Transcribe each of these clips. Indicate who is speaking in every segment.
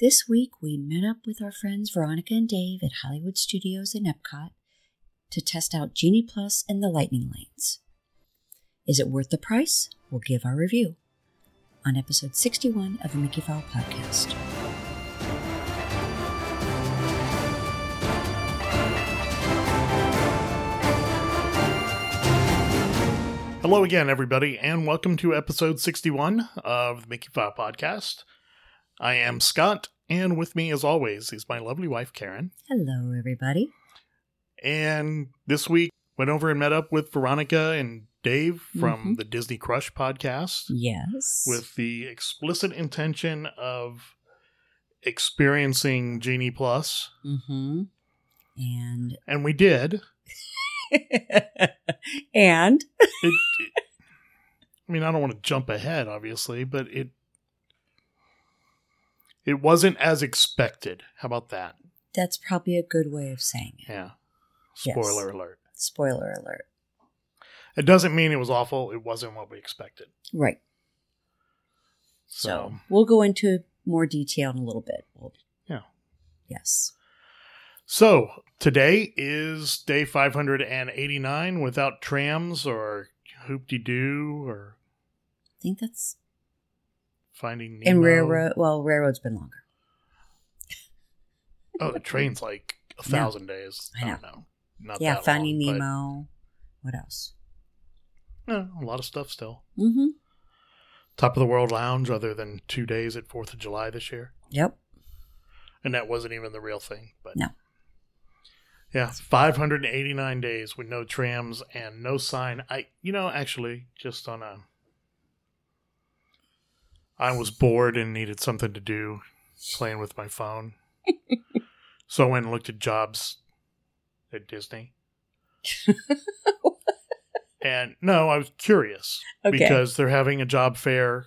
Speaker 1: This week, we met up with our friends Veronica and Dave at Hollywood Studios in Epcot to test out Genie Plus and the Lightning Lanes. Is it worth the price? We'll give our review on episode 61 of the Mickey Fowl podcast.
Speaker 2: Hello again, everybody, and welcome to episode 61 of the Mickey Fowl Podcast. I am Scott, and with me, as always, is my lovely wife, Karen.
Speaker 1: Hello, everybody.
Speaker 2: And this week, went over and met up with Veronica and Dave from
Speaker 1: Mhm.
Speaker 2: the Disney Crush podcast
Speaker 1: Yes.
Speaker 2: with the explicit intention of experiencing Genie Plus,
Speaker 1: Mm-hmm. And
Speaker 2: and we did.
Speaker 1: and
Speaker 2: It, it- I mean, I don't want to jump ahead, obviously, but it it wasn't as expected. How about that?
Speaker 1: that's probably a good way of saying it.
Speaker 2: Yeah.
Speaker 1: Yes.
Speaker 2: Spoiler alert.
Speaker 1: Spoiler alert.
Speaker 2: It doesn't mean it was awful. It wasn't what we expected.
Speaker 1: Right.
Speaker 2: So,
Speaker 1: so we'll go into more detail in a little bit. We'll,
Speaker 2: Yeah.
Speaker 1: Yes.
Speaker 2: so today is day 589 without trams or hoopty doo or
Speaker 1: I think that's
Speaker 2: finding Nemo.
Speaker 1: in railroad. Well, railroad's been longer.
Speaker 2: Oh, the train's like a
Speaker 1: No.
Speaker 2: thousand days.
Speaker 1: I
Speaker 2: I don't know. Not
Speaker 1: yeah,
Speaker 2: that
Speaker 1: Finding
Speaker 2: long, but,
Speaker 1: Nemo. What else?
Speaker 2: eh, a lot of stuff still.
Speaker 1: Mm-hmm.
Speaker 2: Top of the World Lounge, other than two days at Fourth of July this year,
Speaker 1: Yep.
Speaker 2: and that wasn't even the real thing. But
Speaker 1: No.
Speaker 2: yeah, 589 days with no trams and no sign. I, you know, actually, just on a, I was bored and needed something to do, playing with my phone, so I went and looked at jobs at Disney. and no, I was curious
Speaker 1: Okay.
Speaker 2: because they're having a job fair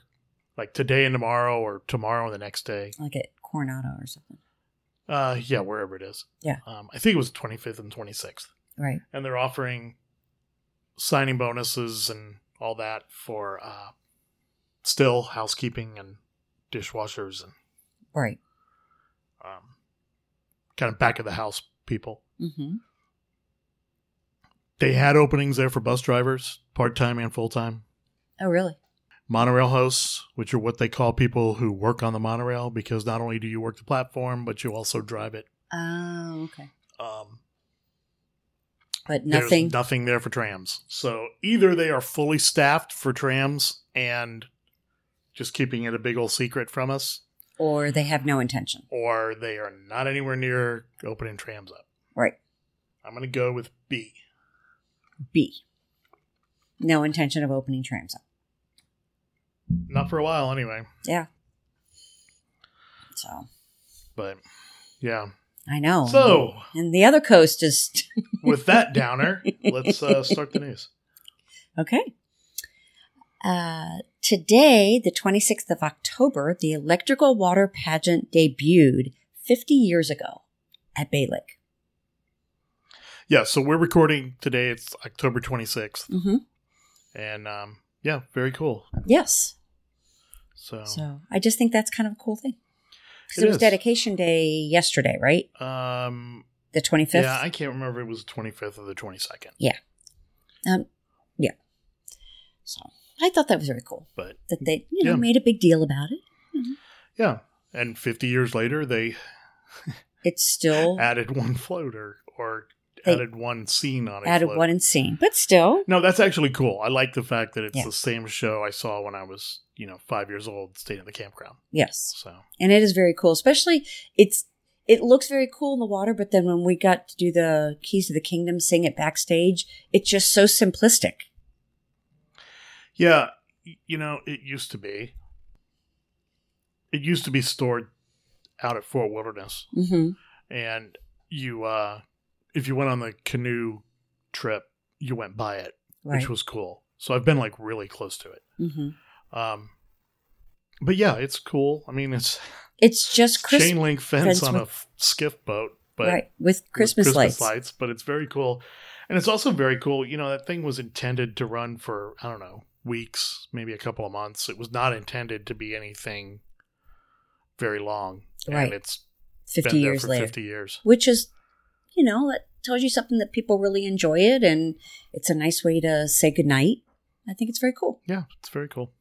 Speaker 2: like today and tomorrow or tomorrow and the next day
Speaker 1: like at Coronado or something.
Speaker 2: uh yeah wherever it is
Speaker 1: Yeah.
Speaker 2: um, i think it was 25th and 26th
Speaker 1: Right.
Speaker 2: and they're offering signing bonuses and all that for uh still housekeeping and dishwashers and
Speaker 1: Right.
Speaker 2: um kind of back of the house people
Speaker 1: Mm-hmm.
Speaker 2: they had openings there for bus drivers part-time and full-time
Speaker 1: Oh, really?
Speaker 2: monorail hosts, which are what they call people who work on the monorail, because not only do you work the platform, but you also drive it.
Speaker 1: Oh, okay.
Speaker 2: Um,
Speaker 1: But
Speaker 2: there's
Speaker 1: nothing.
Speaker 2: nothing there for trams. So either they are fully staffed for trams and just keeping it a big old secret from us,
Speaker 1: or they have no intention.
Speaker 2: or they are not anywhere near opening trams up.
Speaker 1: Right.
Speaker 2: I'm going to go with B.
Speaker 1: B. No intention of opening trams up.
Speaker 2: Not for a while, anyway.
Speaker 1: Yeah. So
Speaker 2: But yeah.
Speaker 1: I know.
Speaker 2: So
Speaker 1: and the other coast is
Speaker 2: with that downer, let's uh, start the news.
Speaker 1: okay. Uh, today, the 26th of October, the electrical water pageant debuted 50 years ago at Bay Lake.
Speaker 2: Yeah. So we're recording today. It's October 26th.
Speaker 1: Mm-hmm.
Speaker 2: and um, yeah, very cool.
Speaker 1: Yes.
Speaker 2: So,
Speaker 1: So I just think that's kind of a cool thing. Because
Speaker 2: It
Speaker 1: it, was
Speaker 2: is.
Speaker 1: dedication day yesterday, right?
Speaker 2: um,
Speaker 1: The 25th?
Speaker 2: yeah, I can't remember. if It was twenty fifth or the twenty second,
Speaker 1: Um, so I thought that was very cool
Speaker 2: but
Speaker 1: that they, you know,
Speaker 2: Yeah.
Speaker 1: made a big deal about it.
Speaker 2: yeah. And fifty years later, they
Speaker 1: It's still
Speaker 2: added one floater or
Speaker 1: Oh. They
Speaker 2: added one scene on it.
Speaker 1: added one and seen, but still.
Speaker 2: No, that's actually cool. I like the fact that it's
Speaker 1: Yeah.
Speaker 2: the same show I saw when I was, you know, five years old, staying at the campground.
Speaker 1: Yes.
Speaker 2: So
Speaker 1: and it is very cool especially it's it looks very cool in the water but then when we got to do the keys to the kingdom sing it backstage it's just so simplistic
Speaker 2: yeah, y- you know, it used to be. It used to be stored out at Fort Wilderness.
Speaker 1: mm-hmm.
Speaker 2: and you uh if you went on the canoe trip you went by it
Speaker 1: right
Speaker 2: which was cool so i've been like really close to it
Speaker 1: hmm
Speaker 2: um but yeah it's cool i mean it's
Speaker 1: it's just Christmas,
Speaker 2: chain link fence
Speaker 1: fence
Speaker 2: on a
Speaker 1: with-
Speaker 2: f- skiff boat but
Speaker 1: right with christmas,
Speaker 2: with
Speaker 1: lights,
Speaker 2: but it's very cool and it's also very cool you know that thing was intended to run for i don't know weeks maybe a couple of months it was not intended to be anything very long.
Speaker 1: Right.
Speaker 2: And it's
Speaker 1: 50
Speaker 2: been there
Speaker 1: years
Speaker 2: for
Speaker 1: later.
Speaker 2: 50 years.
Speaker 1: Which is, you know, that tells you something that people really enjoy it and it's a nice way to say goodnight. I think it's very cool.
Speaker 2: Yeah, it's very cool.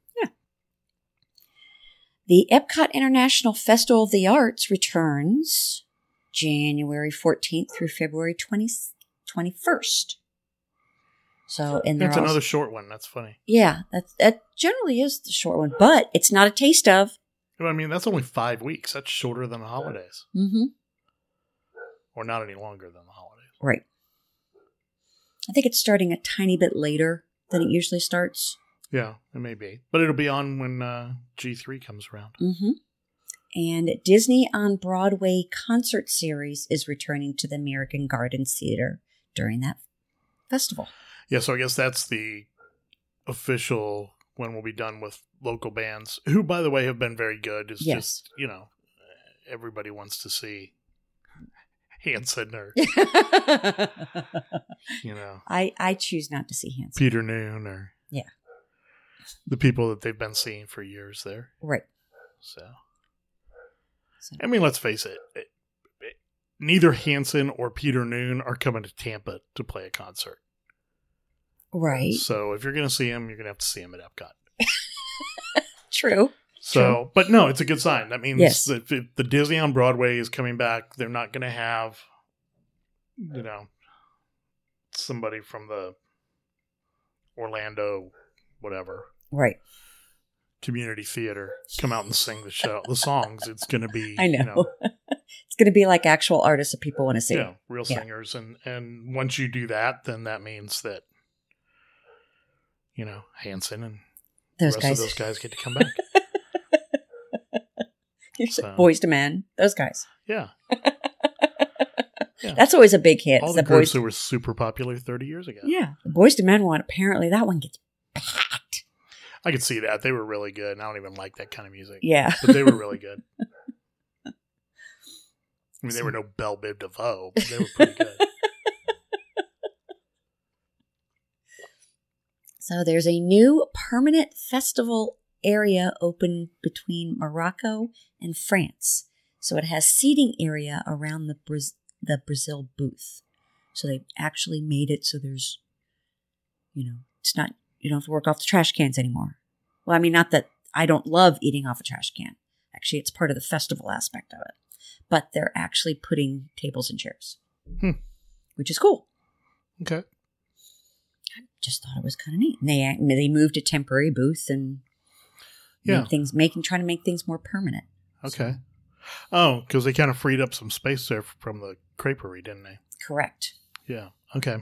Speaker 1: The Epcot International Festival of the Arts returns January 14th through February 20, 21st. So, and
Speaker 2: That's
Speaker 1: they're also-
Speaker 2: another short one. That's funny.
Speaker 1: Yeah, that that generally is the short one, but it's not a taste of.
Speaker 2: I mean, that's only five weeks. That's shorter than the holidays,
Speaker 1: Mm-hmm.
Speaker 2: or not any longer than the holidays.
Speaker 1: Right. I think it's starting a tiny bit later than it usually starts.
Speaker 2: Yeah, it may be, but it'll be on when uh, G three comes around.
Speaker 1: Mm-hmm. And Disney on Broadway concert series is returning to the American Gardens Theater during that festival.
Speaker 2: Yeah, so I guess that's the official when we'll be done with local bands, who, by the way, have been very good. It's
Speaker 1: Yes.
Speaker 2: just you know, everybody wants to see Hanson or you know
Speaker 1: I I choose not to see Hanson.
Speaker 2: Peter Noon or
Speaker 1: Yeah.
Speaker 2: the people that they've been seeing for years there.
Speaker 1: Right.
Speaker 2: So
Speaker 1: So,
Speaker 2: I mean, let's face it. it- it- Neither Hanson or Peter Noon are coming to Tampa to play a concert.
Speaker 1: right.
Speaker 2: So if you're going to see him, you're going to have to see him at Epcot.
Speaker 1: True.
Speaker 2: So, but no, it's a good sign. That means
Speaker 1: Yes.
Speaker 2: that if the Disney on Broadway is coming back. They're not going to have, you know, somebody from the Orlando, whatever
Speaker 1: Right.
Speaker 2: community theater come out and sing the show, the songs. It's going to be,
Speaker 1: I know.
Speaker 2: you know,
Speaker 1: it's going to be like actual artists that people want to see.
Speaker 2: yeah, real
Speaker 1: Yeah.
Speaker 2: singers. And and once you do that, then that means that, you know, Hanson and
Speaker 1: Those
Speaker 2: the rest
Speaker 1: guys.
Speaker 2: of those guys get to come back.
Speaker 1: You're so-
Speaker 2: So-
Speaker 1: Boys to Men, those guys.
Speaker 2: yeah. Yeah.
Speaker 1: That's always a big hit.
Speaker 2: All
Speaker 1: is
Speaker 2: the,
Speaker 1: boys,
Speaker 2: groups that were super popular 30 years ago.
Speaker 1: yeah, the Boys to Men one. Apparently, that one gets packed.
Speaker 2: I could see that. They were really good. And I don't even like that kind of music.
Speaker 1: Yeah,
Speaker 2: But they were really good. I mean, they were no Belle Bib DeVoe, but they were pretty good.
Speaker 1: So there's a new permanent festival area open between Morocco and France. So it has seating area around the Braz- the Brazil booth. So they've actually made it so there's, you know, it's not you don't have to work off the trash cans anymore. Well, I mean, not that I don't love eating off a trash can. Actually, it's part of the festival aspect of it. But they're actually putting tables and chairs,
Speaker 2: Hmm.
Speaker 1: which is cool
Speaker 2: Okay.
Speaker 1: just thought it was kind of neat. And they they moved a temporary booth and
Speaker 2: Yeah.
Speaker 1: made things making trying to make things more permanent.
Speaker 2: Okay. Oh, because they kind of freed up some space there from the creperie, didn't they?
Speaker 1: Correct.
Speaker 2: Yeah. Okay.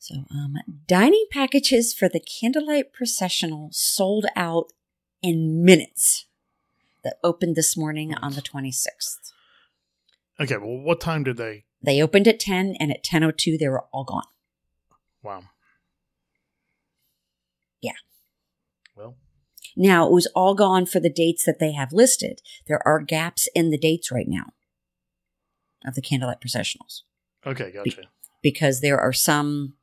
Speaker 1: So, um, dining packages for the candlelight processional sold out in minutes. That opened this morning on the 26th.
Speaker 2: Okay. Well, what time did they?
Speaker 1: They opened at 10 and at 10:02 they were all gone.
Speaker 2: Wow.
Speaker 1: Yeah.
Speaker 2: Well,
Speaker 1: Now, it was all gone for the dates that they have listed. There are gaps in the dates right now of the candlelight processionals
Speaker 2: okay. Gotcha.
Speaker 1: because there are some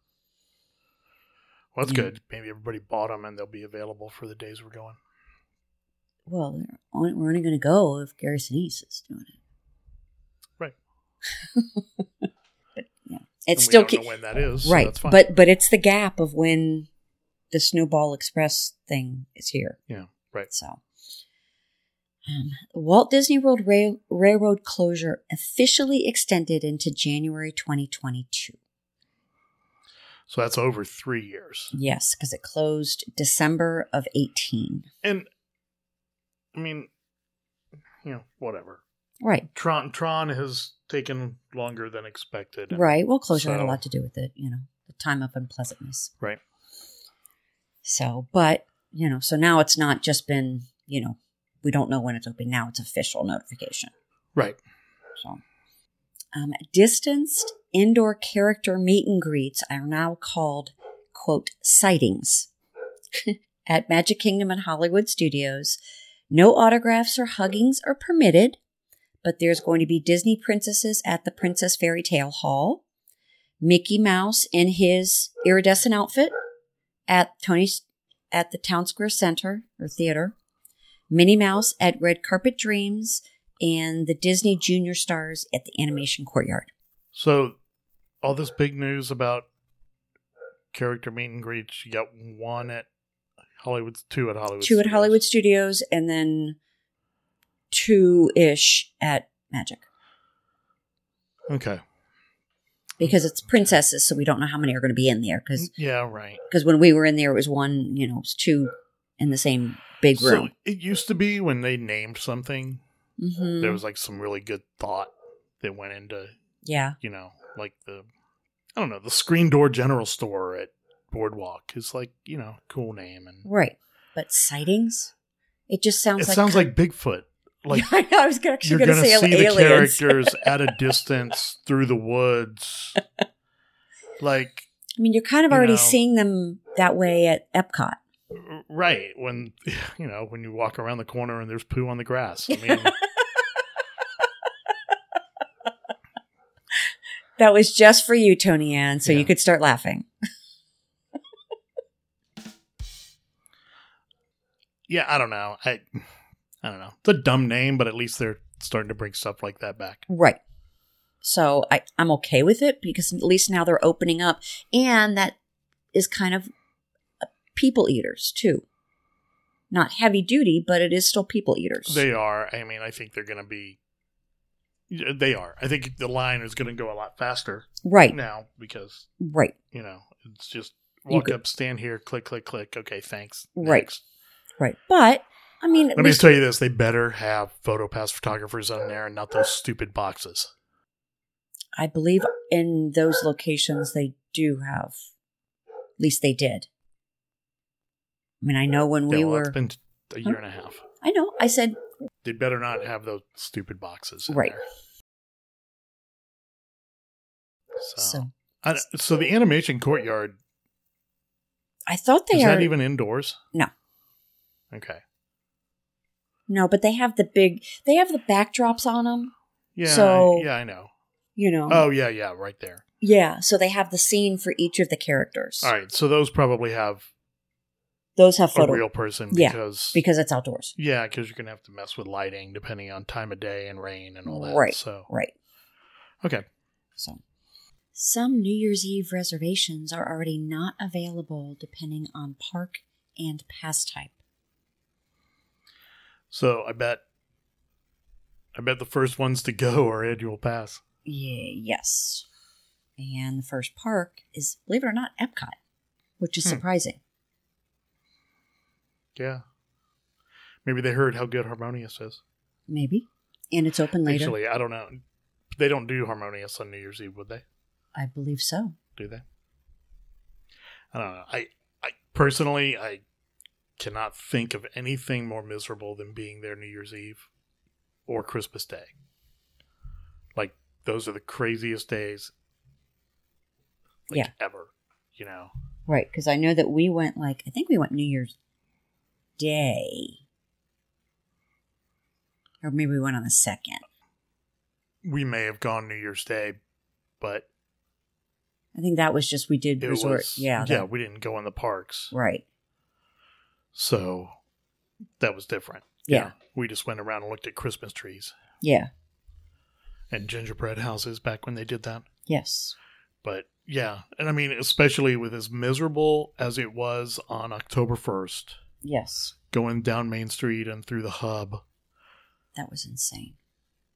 Speaker 2: Well, that's
Speaker 1: Yeah.
Speaker 2: good. Maybe everybody bought them and they'll be available for the days we're going.
Speaker 1: well, they're only, we're only going to go if Gary Sinise is doing it.
Speaker 2: Right.
Speaker 1: but yeah, it's
Speaker 2: And we
Speaker 1: still
Speaker 2: don't know
Speaker 1: ki-
Speaker 2: when that is. so
Speaker 1: right,
Speaker 2: that's fine.
Speaker 1: but but it's the gap of when the Snowball Express thing is here.
Speaker 2: Yeah, right.
Speaker 1: So, um, Walt Disney World Rail- Railroad closure officially extended into January 2022.
Speaker 2: so that's over three years.
Speaker 1: Yes, because it closed December of 18.
Speaker 2: And I mean, you know, whatever.
Speaker 1: Right,
Speaker 2: Tron Tron has taken longer than expected. and-
Speaker 1: right. Well, closure had a
Speaker 2: So-
Speaker 1: lot to do with it. You know, the time of unpleasantness.
Speaker 2: Right.
Speaker 1: So, but you know, so now it's not just been, you know, we don't know when it's open. Now it's official notification.
Speaker 2: Right.
Speaker 1: So, um, distanced indoor character meet and greets are now called quote sightings at Magic Kingdom and Hollywood Studios. No autographs or huggings are permitted, but there's going to be Disney princesses at the Princess Fairy Tale Hall, Mickey Mouse in his iridescent outfit at Tony's at the Town Square Center or Theater, Minnie Mouse at Red Carpet Dreams, and the Disney Junior Stars at the Animation Courtyard.
Speaker 2: So, all this big news about character meet and greets. You got one at Hollywood, two at Hollywood,
Speaker 1: two at
Speaker 2: Studios.
Speaker 1: Hollywood Studios, and then two ish at Magic
Speaker 2: Okay.
Speaker 1: because it's princesses, so we don't know how many are going to be in there. Because
Speaker 2: Yeah, right.
Speaker 1: when we were in there, it was one, you know, it was two in the same big
Speaker 2: So
Speaker 1: room.
Speaker 2: it used to be when they named something,
Speaker 1: Mhm.
Speaker 2: there was like some really good thought that went into
Speaker 1: yeah,
Speaker 2: you know, like the I don't know, the screen door general store at Boardwalk is like, you know, cool name and
Speaker 1: right. But sightings, it just sounds
Speaker 2: it
Speaker 1: like
Speaker 2: sounds like Bigfoot. Like
Speaker 1: I know, I was gonna- actually
Speaker 2: you're
Speaker 1: going
Speaker 2: gonna
Speaker 1: to say
Speaker 2: see the
Speaker 1: aliens.
Speaker 2: characters at a distance through the woods. Like
Speaker 1: I mean, you're kind of
Speaker 2: you
Speaker 1: already
Speaker 2: know.
Speaker 1: seeing them that way at Epcot.
Speaker 2: right, when you know, when you walk around the corner and there's poo on the grass. I mean
Speaker 1: That was just for you, Tony Ann, so
Speaker 2: Yeah.
Speaker 1: you could start laughing.
Speaker 2: yeah, I don't know. I I don't know. It's a dumb name, but at least they're starting to bring stuff like that back.
Speaker 1: Right. So I, I'm okay with it because at least now they're opening up. And that is kind of uh, people eaters, too. Not heavy duty, but it is still people eaters.
Speaker 2: They are. I mean, I think they're going to be. Yeah, They are. I think the line is going to go a lot faster
Speaker 1: right,
Speaker 2: now because
Speaker 1: right.
Speaker 2: you know it's just
Speaker 1: You
Speaker 2: walk
Speaker 1: could-
Speaker 2: up, stand here, click, click, click. Okay, thanks.
Speaker 1: Right.
Speaker 2: Next.
Speaker 1: Right. But I mean, at
Speaker 2: Let me
Speaker 1: least,
Speaker 2: just tell you this: they better have photo pass photographers on there and not those stupid boxes.
Speaker 1: I believe in those locations they do have. At least they did. I mean, I know when we
Speaker 2: Yeah, well,
Speaker 1: were.
Speaker 2: it's been Oh. a year and a half.
Speaker 1: I know. I said
Speaker 2: They better not have those stupid boxes. in
Speaker 1: Right.
Speaker 2: there. So,
Speaker 1: so.
Speaker 2: I d so the animation courtyard
Speaker 1: I thought they
Speaker 2: is
Speaker 1: are
Speaker 2: that even indoors?
Speaker 1: No.
Speaker 2: Okay.
Speaker 1: no, but they have the big. They have the backdrops on them.
Speaker 2: Yeah.
Speaker 1: So- um,
Speaker 2: yeah, I know.
Speaker 1: You know.
Speaker 2: Oh yeah, yeah, right there.
Speaker 1: Yeah, so they have the scene for each of the characters.
Speaker 2: All right, so those probably have
Speaker 1: Those have
Speaker 2: a
Speaker 1: photo
Speaker 2: real person
Speaker 1: Yeah,
Speaker 2: because yeah,
Speaker 1: because it's outdoors.
Speaker 2: yeah, because you're gonna have to mess with lighting depending on time of day and rain and all that.
Speaker 1: Right.
Speaker 2: So
Speaker 1: Right.
Speaker 2: okay,
Speaker 1: So some New Year's Eve reservations are already not available depending on park and pass type.
Speaker 2: so I bet, I bet the first ones to go are annual pass.
Speaker 1: Yeah, yes. And the first park is, believe it or not, Epcot, which is
Speaker 2: Hmm.
Speaker 1: surprising.
Speaker 2: Yeah. Maybe they heard how good Harmonious is.
Speaker 1: Maybe. And it's open later.
Speaker 2: Actually, I don't know. They don't do Harmonious on New Year's Eve, would they?
Speaker 1: I believe so.
Speaker 2: do they? I don't know. I, I personally, I cannot think of anything more miserable than being there New Year's Eve or Christmas Day. Like those are the craziest days, like,
Speaker 1: Yeah.
Speaker 2: ever. You know,
Speaker 1: Right, because I know that we went like I think we went New Year's Day, or maybe we went on the second.
Speaker 2: we may have gone New Year's Day, but
Speaker 1: I think that was just we did
Speaker 2: it
Speaker 1: resort.
Speaker 2: was
Speaker 1: yeah,
Speaker 2: yeah.
Speaker 1: that-
Speaker 2: We didn't go in the parks,
Speaker 1: right.
Speaker 2: so that was different.
Speaker 1: Yeah.
Speaker 2: we just went around and looked at Christmas trees
Speaker 1: Yeah.
Speaker 2: and gingerbread houses back when they did that.
Speaker 1: Yes.
Speaker 2: But yeah, and I mean, especially with as miserable as it was on October 1st,
Speaker 1: Yes.
Speaker 2: going down Main Street and through the hub.
Speaker 1: That was insane.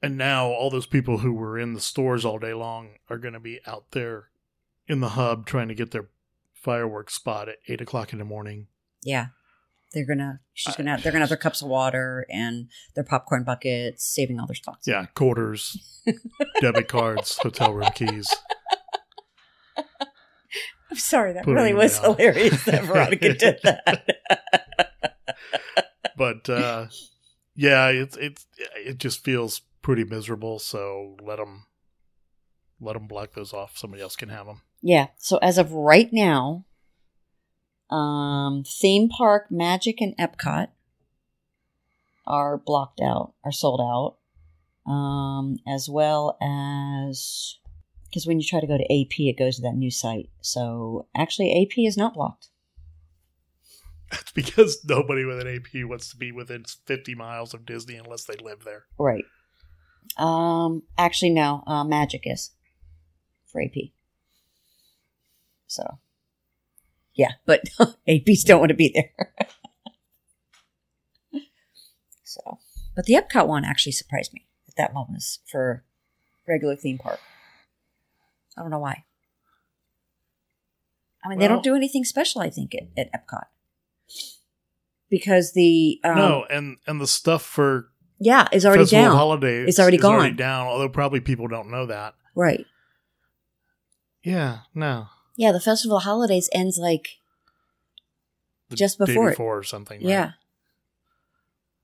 Speaker 2: And now all those people who were in the stores all day long are going to be out there in the hub trying to get their fireworks spot at eight o'clock in the morning.
Speaker 1: Yeah. They're gonna. She's gonna. They're gonna have their cups of water and their popcorn buckets, saving all their spots.
Speaker 2: Yeah, quarters, debit cards, hotel room keys.
Speaker 1: I'm sorry. That
Speaker 2: Put
Speaker 1: really
Speaker 2: it
Speaker 1: was
Speaker 2: down.
Speaker 1: hilarious that Veronica did that.
Speaker 2: But uh, yeah, it's it's it just feels pretty miserable. So let them let them block those off. Somebody else can have them.
Speaker 1: Yeah. So as of right now, um, theme park, Magic, and Epcot are blocked out, are sold out, um, as well as because when you try to go to AP, it goes to that new site. So actually, AP is not blocked.
Speaker 2: That's because nobody with an AP wants to be within 50 miles of Disney unless they live there.
Speaker 1: Right. Um. Actually, no. Uh, magic is for AP. So. Yeah, but APs don't want to be there. so, but the Epcot one actually surprised me at that moment for regular theme park. I don't know why. I mean, they
Speaker 2: Well-
Speaker 1: don't do anything special. I think at, at Epcot because the um,
Speaker 2: no, and and the stuff for
Speaker 1: yeah is already
Speaker 2: Festival of
Speaker 1: down
Speaker 2: Holidays
Speaker 1: It's already
Speaker 2: is
Speaker 1: gone.
Speaker 2: down, although probably people don't know that.
Speaker 1: right.
Speaker 2: Yeah, no.
Speaker 1: Yeah, the festival of holidays ends like
Speaker 2: The
Speaker 1: Just
Speaker 2: day
Speaker 1: before it.
Speaker 2: before or something. right?
Speaker 1: yeah.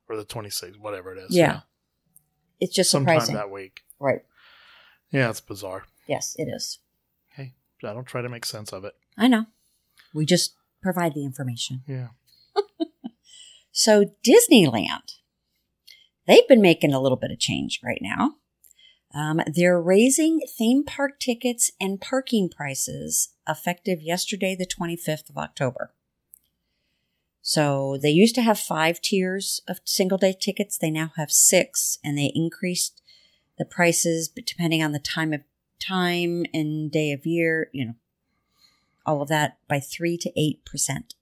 Speaker 2: Or the 26th, whatever it is.
Speaker 1: Yeah. It's just
Speaker 2: Sometime
Speaker 1: surprising,
Speaker 2: that week.
Speaker 1: right?
Speaker 2: Yeah, it's bizarre.
Speaker 1: Yes, it is.
Speaker 2: I don't try to make sense of it.
Speaker 1: I know. We just provide the information.
Speaker 2: Yeah.
Speaker 1: So Disneyland, they've been making a little bit of change right now. Um, they're raising theme park tickets and parking prices effective yesterday, the 25th of October. So they used to have five tiers of single day tickets. They now have six, and they increased the prices but depending on the time of time and day of year. You know, all of that by three to eight percent.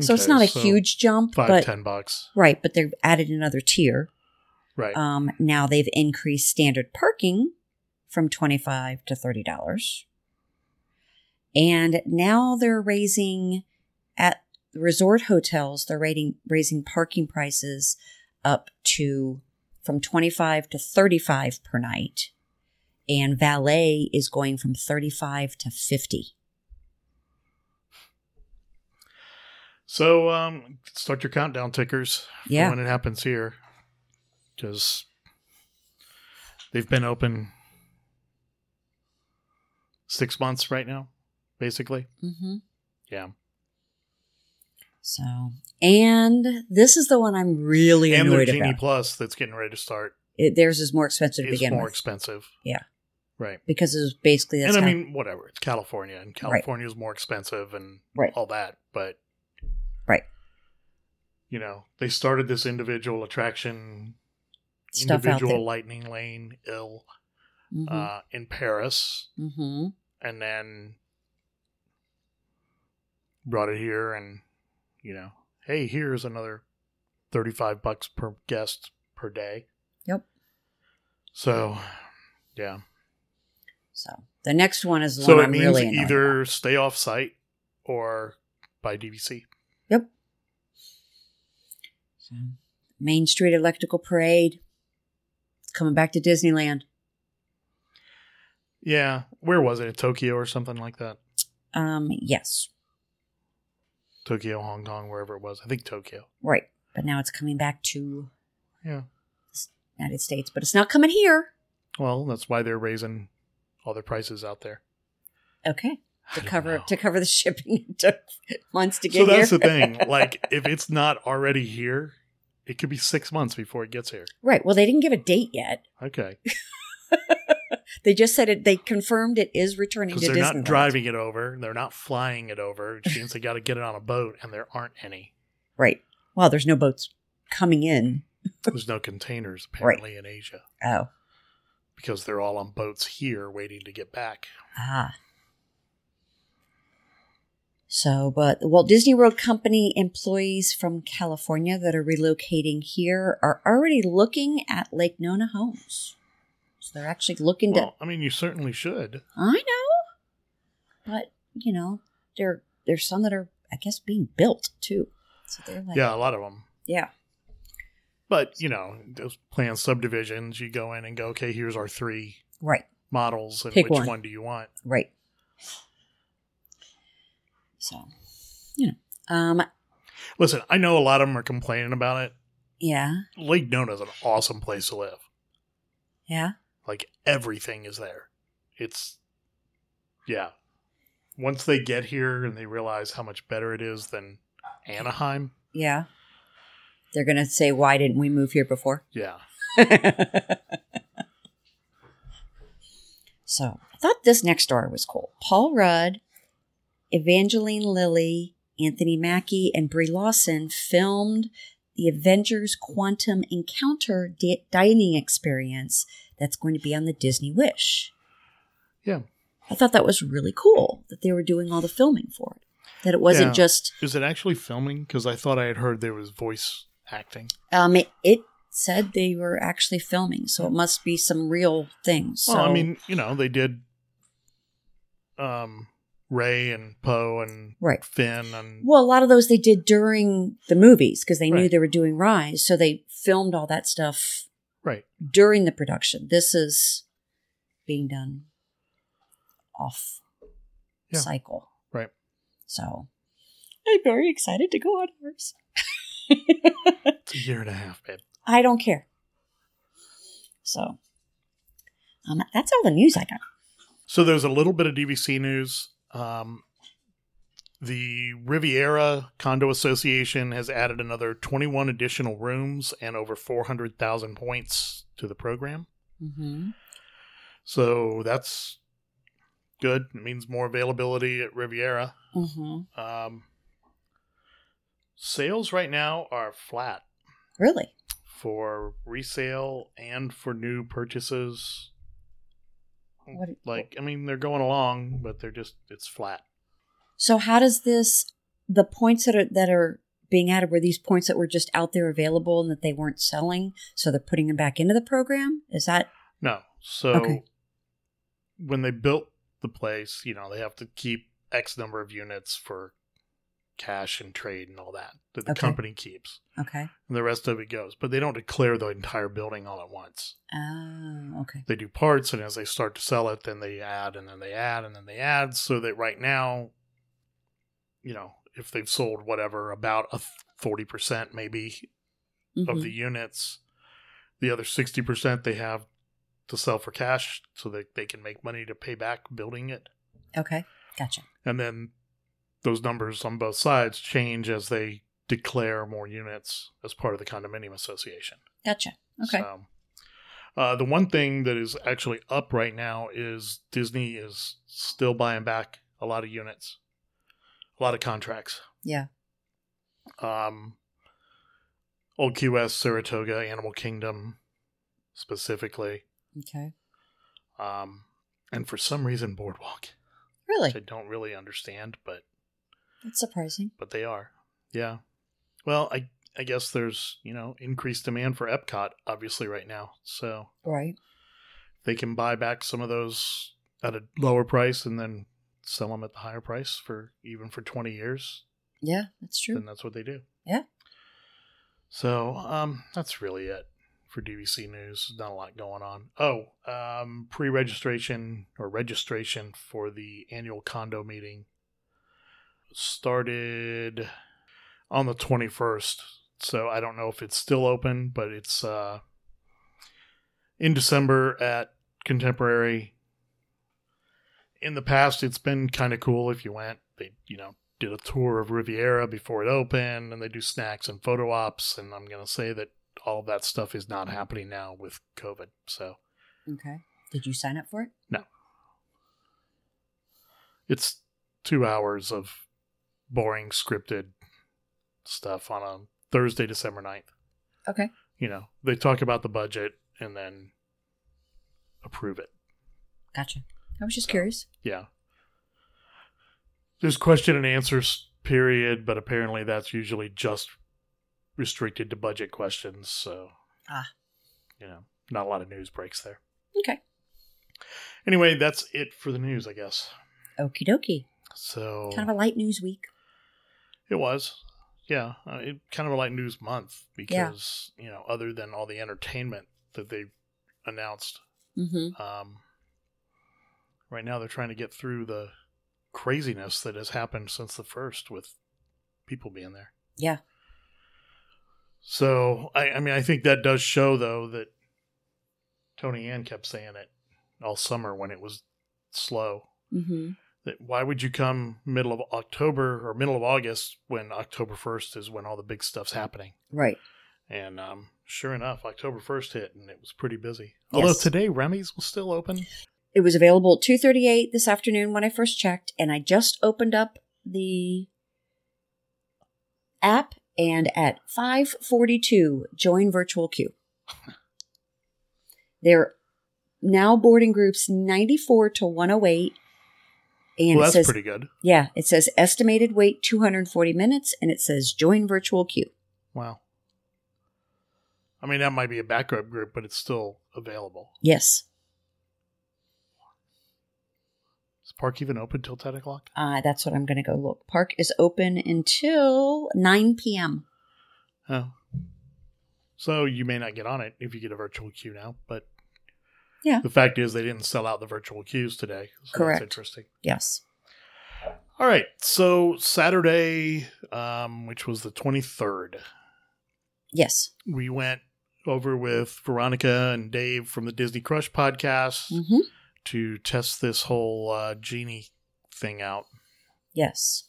Speaker 1: So it's
Speaker 2: Okay,
Speaker 1: not a
Speaker 2: so
Speaker 1: huge jump,
Speaker 2: five,
Speaker 1: but
Speaker 2: ten bucks.
Speaker 1: right. But they've added another tier.
Speaker 2: Right.
Speaker 1: Um, now they've increased standard parking from twenty five to thirty dollars, and now they're raising at resort hotels. They're rating, raising parking prices up to from twenty five to thirty five per night, and valet is going from thirty five to fifty.
Speaker 2: so um start your countdown tickers for
Speaker 1: Yeah.
Speaker 2: when it happens here. Because they've been open six months right now, basically.
Speaker 1: Mm-hmm.
Speaker 2: Yeah.
Speaker 1: So, and this is the one I'm really
Speaker 2: and their
Speaker 1: annoyed
Speaker 2: Genie
Speaker 1: about.
Speaker 2: Plus that's getting ready to start
Speaker 1: it, theirs is more expensive to
Speaker 2: is
Speaker 1: begin
Speaker 2: more
Speaker 1: with
Speaker 2: expensive.
Speaker 1: Yeah.
Speaker 2: Right.
Speaker 1: because it was basically that's
Speaker 2: and I
Speaker 1: how-
Speaker 2: mean, whatever. It's California, and California is more expensive and
Speaker 1: Right.
Speaker 2: all that. But
Speaker 1: Right.
Speaker 2: you know, they started this individual attraction,
Speaker 1: stuff out there.
Speaker 2: individual lightning lane, ill
Speaker 1: hmm
Speaker 2: uh, in Paris,
Speaker 1: hmm
Speaker 2: and then brought it here, and you know, hey, here's another thirty-five bucks per guest per day.
Speaker 1: Yep.
Speaker 2: So, yeah.
Speaker 1: So the next one is the
Speaker 2: So
Speaker 1: one
Speaker 2: it
Speaker 1: I'm
Speaker 2: means
Speaker 1: really annoyed about.
Speaker 2: either stay off site or buy DVC.
Speaker 1: So, Main Street Electrical Parade coming back to Disneyland.
Speaker 2: Yeah, where was it? In Tokyo or something like that?
Speaker 1: Um, yes,
Speaker 2: Tokyo, Hong Kong, wherever it was. I think Tokyo.
Speaker 1: right. But now it's coming back to
Speaker 2: Yeah.
Speaker 1: United States, but it's not coming here.
Speaker 2: Well, that's why they're raising all their prices out there.
Speaker 1: Okay,
Speaker 2: I
Speaker 1: to
Speaker 2: don't
Speaker 1: cover
Speaker 2: know.
Speaker 1: to cover the shipping it took months to get
Speaker 2: So
Speaker 1: here.
Speaker 2: that's the thing. Like, if it's not already here, it could be six months before it gets here.
Speaker 1: right. Well, they didn't give a date yet.
Speaker 2: Okay,
Speaker 1: They just said it. They confirmed it is returning
Speaker 2: because
Speaker 1: to
Speaker 2: they're
Speaker 1: Disneyland.
Speaker 2: not driving it over, they're not flying it over. It means they got to get it on a boat, and there aren't any.
Speaker 1: Right. Well, there's no boats coming in.
Speaker 2: There's no containers apparently in Asia
Speaker 1: Oh.
Speaker 2: because they're all on boats here waiting to get back.
Speaker 1: Ah. So, but the Walt Disney World Company employees from California that are relocating here are already looking at Lake Nona homes. So they're actually looking to.
Speaker 2: Well, I mean, you certainly should.
Speaker 1: I know, but you know, there there's some that are, I guess, being built too. So they're like,
Speaker 2: Yeah, a lot of them.
Speaker 1: yeah,
Speaker 2: But you know, those plan subdivisions, you go in and go, okay, here's our three
Speaker 1: right.
Speaker 2: models, and
Speaker 1: Pick
Speaker 2: which
Speaker 1: one.
Speaker 2: one. do you want?
Speaker 1: Right. So, you know, um,
Speaker 2: Listen, I know a lot of them are complaining about it.
Speaker 1: yeah,
Speaker 2: Lake Nona is an awesome place to live.
Speaker 1: yeah,
Speaker 2: Like everything is there. It's yeah. Once they get here and they realize how much better it is than Anaheim,
Speaker 1: yeah. They're gonna say, "Why didn't we move here before?"
Speaker 2: yeah.
Speaker 1: so, I thought this next story was cool. Paul Rudd, Evangeline Lilly, Anthony Mackie and Brie Lawson filmed the Avengers Quantum Encounter di- dining experience that's going to be on the Disney Wish.
Speaker 2: Yeah.
Speaker 1: I thought that was really cool that they were doing all the filming for it. That it wasn't
Speaker 2: Yeah.
Speaker 1: just
Speaker 2: Is it actually filming? Because I thought I had heard there was voice acting.
Speaker 1: um it, it said they were actually filming, so it must be some real things.
Speaker 2: Well,
Speaker 1: so
Speaker 2: I mean, you know, they did um Ray and Poe and
Speaker 1: Right.
Speaker 2: Finn and
Speaker 1: Well, a lot of those they did during the movies because they knew
Speaker 2: Right.
Speaker 1: they were doing Rise, so they filmed all that stuff
Speaker 2: right.
Speaker 1: during the production. This is being done off
Speaker 2: Yeah.
Speaker 1: cycle.
Speaker 2: Right.
Speaker 1: So I'm very excited to go on hers.
Speaker 2: It's a year and a half, babe.
Speaker 1: I don't care. So um, that's all the news I got.
Speaker 2: So there's a little bit of DVC news. Um, the Riviera Condo Association has added another 21 additional rooms and over 400,000 points to the program.
Speaker 1: Mm-hmm.
Speaker 2: So that's good. It means more availability at Riviera.
Speaker 1: Mm-hmm.
Speaker 2: Um, sales right now are flat
Speaker 1: Really?
Speaker 2: for resale and for new purchases.
Speaker 1: What?
Speaker 2: Like, I mean, they're going along, but they're just, it's flat.
Speaker 1: So how does this? The points that are that are being added were these points that were just out there available and that they weren't selling, so they're putting them back into the program. Is that
Speaker 2: No. So
Speaker 1: Okay.
Speaker 2: when they built the place, you know, they have to keep X number of units for cash and trade and all that that the
Speaker 1: Okay.
Speaker 2: company keeps.
Speaker 1: okay?
Speaker 2: And the rest of it goes. But they don't declare the entire building all at once.
Speaker 1: Oh, okay.
Speaker 2: They do parts and as they start to sell it, then they add and then they add and then they add so that right now, you know, if they've sold whatever, about a 40% maybe of
Speaker 1: Mhm.
Speaker 2: the units. The other 60% they have to sell for cash so that they can make money to pay back building it.
Speaker 1: Okay, gotcha.
Speaker 2: And then those numbers on both sides change as they declare more units as part of the condominium association.
Speaker 1: Gotcha. Okay.
Speaker 2: So, uh, the one thing that is actually up right now is Disney is still buying back a lot of units, a lot of contracts.
Speaker 1: Yeah.
Speaker 2: Um, Old QS, Saratoga, Animal Kingdom, specifically,
Speaker 1: Okay.
Speaker 2: um, and for some reason Boardwalk, which
Speaker 1: Really?
Speaker 2: I don't really understand, but
Speaker 1: That's surprising.
Speaker 2: but they are, yeah. Well, I I guess there's you know increased demand for Epcot obviously right now, so
Speaker 1: Right.
Speaker 2: they can buy back some of those at a lower price and then sell them at the higher price for even for 20 years
Speaker 1: Yeah, that's true.
Speaker 2: then that's what they do
Speaker 1: Yeah.
Speaker 2: so um that's really it for dvc news There's not a lot going on oh um pre-registration or registration for the annual condo meeting started on the 21st so i don't know if it's still open but it's uh in december at contemporary in the past it's been kind of cool if you went they you know did a tour of riviera before it opened and they do snacks and photo ops and i'm going to say that all of that stuff is not happening now with covid so
Speaker 1: Okay. Did you sign up for it?
Speaker 2: it's two hours of boring scripted stuff on a thursday december 9th
Speaker 1: Okay.
Speaker 2: you know they talk about the budget and then approve it
Speaker 1: Gotcha. I was just
Speaker 2: So-
Speaker 1: curious.
Speaker 2: Yeah. There's question and answers period, but apparently that's usually just restricted to budget questions, so
Speaker 1: Ah.
Speaker 2: you know, not a lot of news breaks there.
Speaker 1: Okay.
Speaker 2: Anyway, that's it for the news, I guess.
Speaker 1: Okie dokie.
Speaker 2: So
Speaker 1: Kind of a light news week.
Speaker 2: it was. Yeah, uh, it kind of a light news month because, you know, other than all the entertainment that they announced
Speaker 1: Mm-hmm.
Speaker 2: Um, right now, they're trying to get through the craziness that has happened since the first with people being there.
Speaker 1: Yeah.
Speaker 2: So, I, I mean, I think that does show, though, that Tony Ann kept saying it all summer when it was slow.
Speaker 1: Mm-hmm.
Speaker 2: That why would you come middle of October or middle of August when October 1st is when all the big stuff's happening?
Speaker 1: Right.
Speaker 2: And um, sure enough, October 1st hit and it was pretty busy.
Speaker 1: Yes.
Speaker 2: Although today, Remy's was still open.
Speaker 1: It was available at 2:38 this afternoon when I first checked, and I just opened up the app and at 542 join virtual queue. They're now boarding groups 94 to 108 and it
Speaker 2: well, that's
Speaker 1: says
Speaker 2: pretty good.
Speaker 1: yeah, it says estimated wait 240 minutes and it says join virtual queue.
Speaker 2: Wow. I mean, that might be a backup group, but it's still available.
Speaker 1: Yes.
Speaker 2: Is Park even open till 10 o'clock?
Speaker 1: Uh, that's what I'm going to go look. Park is open until 9 p.m.
Speaker 2: Oh. So you may not get on it if you get a virtual queue now, but
Speaker 1: Yeah.
Speaker 2: the fact is they didn't sell out the virtual queues today. So
Speaker 1: Correct.
Speaker 2: That's interesting.
Speaker 1: Yes.
Speaker 2: All right. So Saturday, um, which was the 23rd,
Speaker 1: Yes.
Speaker 2: we went over with Veronica and Dave from the Disney Crush podcast
Speaker 1: hmm
Speaker 2: to test this whole uh, Genie thing out.
Speaker 1: Yes.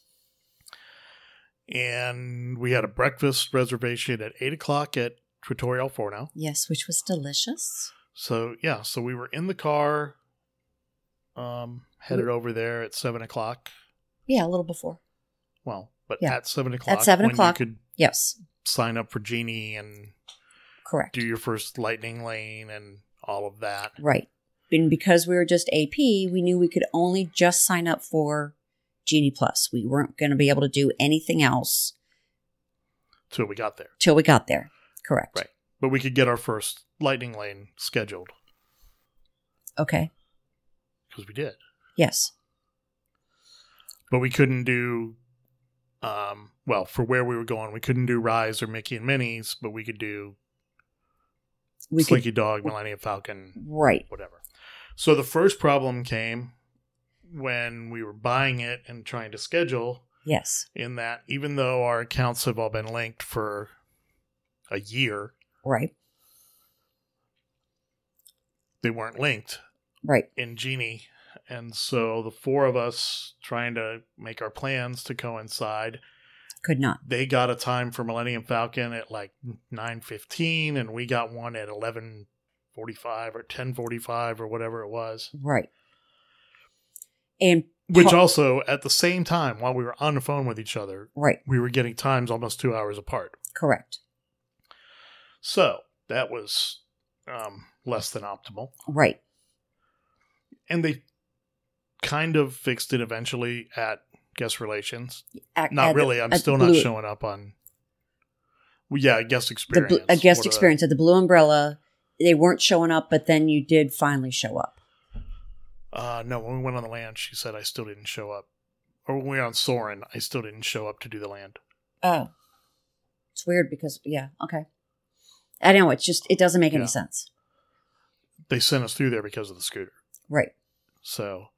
Speaker 2: and we had a breakfast reservation at eight o'clock at Tutorial Forno.
Speaker 1: Yes, which was delicious.
Speaker 2: So yeah, so we were in the car, um, headed
Speaker 1: Mm.
Speaker 2: over there at seven o'clock.
Speaker 1: Yeah, a little before.
Speaker 2: Well, but
Speaker 1: Yeah.
Speaker 2: at seven o'clock,
Speaker 1: seven
Speaker 2: when
Speaker 1: o'clock.
Speaker 2: you could
Speaker 1: Yes.
Speaker 2: sign up for Genie and
Speaker 1: Correct.
Speaker 2: do your first Lightning Lane and all of that.
Speaker 1: Right. And because we were just AP, we knew we could only just sign up for Genie Plus. We weren't going to be able to do anything else
Speaker 2: So we got there,
Speaker 1: till we got there. Correct.
Speaker 2: Right. but we could get our first Lightning Lane scheduled
Speaker 1: Okay.
Speaker 2: because we did,
Speaker 1: Yes.
Speaker 2: but we couldn't do. Um, well, for where we were going, we couldn't do Rise or Mickey and Minnie's, but we could do
Speaker 1: We
Speaker 2: Slinky Dog, Millennium Falcon,
Speaker 1: could. Right.
Speaker 2: whatever. So the first problem came when we were buying it and trying to schedule,
Speaker 1: Yes.
Speaker 2: in that even though our accounts have all been linked for a year,
Speaker 1: Right.
Speaker 2: they weren't linked
Speaker 1: Right.
Speaker 2: in Genie. And so the four of us trying to make our plans to coincide,
Speaker 1: Could not.
Speaker 2: they got a time for Millennium Falcon at like 9:15 and we got one at 11:45 or 10:45 or whatever it was.
Speaker 1: Right. And
Speaker 2: Which
Speaker 1: pa-
Speaker 2: also, at the same time, while we were on the phone with each other,
Speaker 1: right.
Speaker 2: we were getting times almost two hours apart.
Speaker 1: Correct.
Speaker 2: So that was um, less than optimal.
Speaker 1: Right.
Speaker 2: And they kind of fixed it eventually at guest relations.
Speaker 1: At-
Speaker 2: Not
Speaker 1: at the-
Speaker 2: really. I'm
Speaker 1: at
Speaker 2: still
Speaker 1: the
Speaker 2: not
Speaker 1: blue-
Speaker 2: showing up on. Well, yeah, guest
Speaker 1: the
Speaker 2: experience.
Speaker 1: bl- a guest
Speaker 2: What are-
Speaker 1: experience at the Blue Umbrella. They weren't showing up, but then you did finally show up.
Speaker 2: Uh, no, when we went on the land, she said I still didn't show up. Or when we were on Soren, I still didn't show up to do the land.
Speaker 1: Oh, it's weird because yeah, okay. I know it's just it doesn't make any
Speaker 2: Yeah.
Speaker 1: sense,
Speaker 2: They sent us through there because of the scooter.
Speaker 1: right?
Speaker 2: So,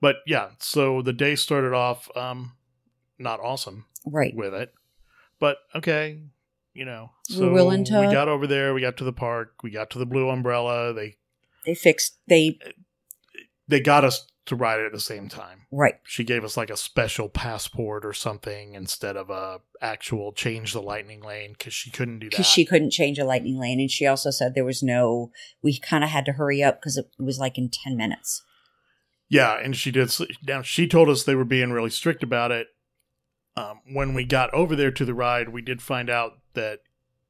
Speaker 2: but yeah, so the day started off um not awesome
Speaker 1: Right.
Speaker 2: with it, but okay, you know.
Speaker 1: We're
Speaker 2: So
Speaker 1: willing to-
Speaker 2: we got over there. We got to the park. We got to the Blue Umbrella. They
Speaker 1: They fixed they
Speaker 2: they got us to ride it at the same time.
Speaker 1: right
Speaker 2: She gave us like a special passport or something instead of a actual change the lightning lane because she couldn't do that.
Speaker 1: because she couldn't change a lightning lane, and she also said there was no. We kind of had to hurry up because it was like in ten minutes.
Speaker 2: Yeah, and she did. s- Now she told us they were being really strict about it. Um, when we got over there to the ride, we did find out that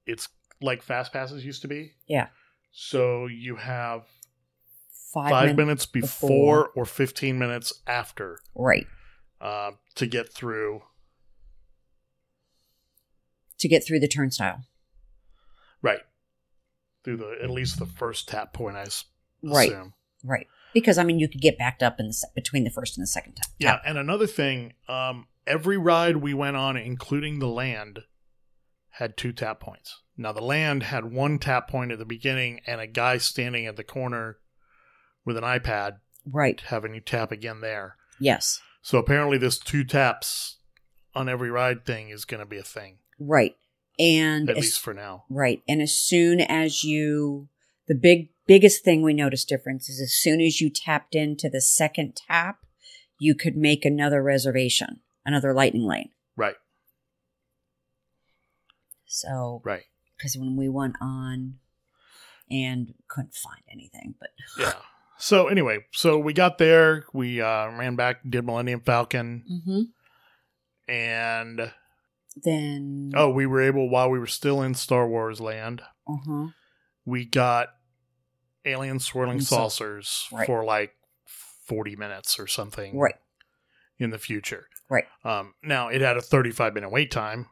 Speaker 2: it's like fast passes used to be.
Speaker 1: Yeah.
Speaker 2: So you have
Speaker 1: Five,
Speaker 2: five,
Speaker 1: minutes.
Speaker 2: minutes before, or fifteen minutes after
Speaker 1: Right.
Speaker 2: uh, to get through.
Speaker 1: To get through the turnstile.
Speaker 2: Right. Through the at least the first tap point, I s-
Speaker 1: Right.
Speaker 2: assume.
Speaker 1: Right. Because I mean, you could get backed up in the se- between the first and the second time.
Speaker 2: Yeah, and another thing, um, every ride we went on, including the land, had two tap points. Now the land had one tap point at the beginning, and a guy standing at the corner with an iPad
Speaker 1: Right.
Speaker 2: having you tap again there.
Speaker 1: Yes.
Speaker 2: So apparently, this two taps on every ride thing is going to be a thing,
Speaker 1: Right. And
Speaker 2: at
Speaker 1: as-
Speaker 2: least for now.
Speaker 1: Right. And as soon as you, the big, biggest thing we noticed difference is as soon as you tapped into the second tap, you could make another reservation, another lightning lane.
Speaker 2: Right,
Speaker 1: So,
Speaker 2: right,
Speaker 1: because when we went on and couldn't find anything, but
Speaker 2: yeah. So anyway, so we got there, we uh, ran back, did Millennium Falcon, and
Speaker 1: Then
Speaker 2: Oh, we were able while we were still in Star Wars land,
Speaker 1: uh huh.
Speaker 2: we got alien swirling
Speaker 1: And so-
Speaker 2: saucers
Speaker 1: right.
Speaker 2: for like 40 minutes or something
Speaker 1: Right.
Speaker 2: in the future.
Speaker 1: Right.
Speaker 2: Um, now it had a 35 minute wait time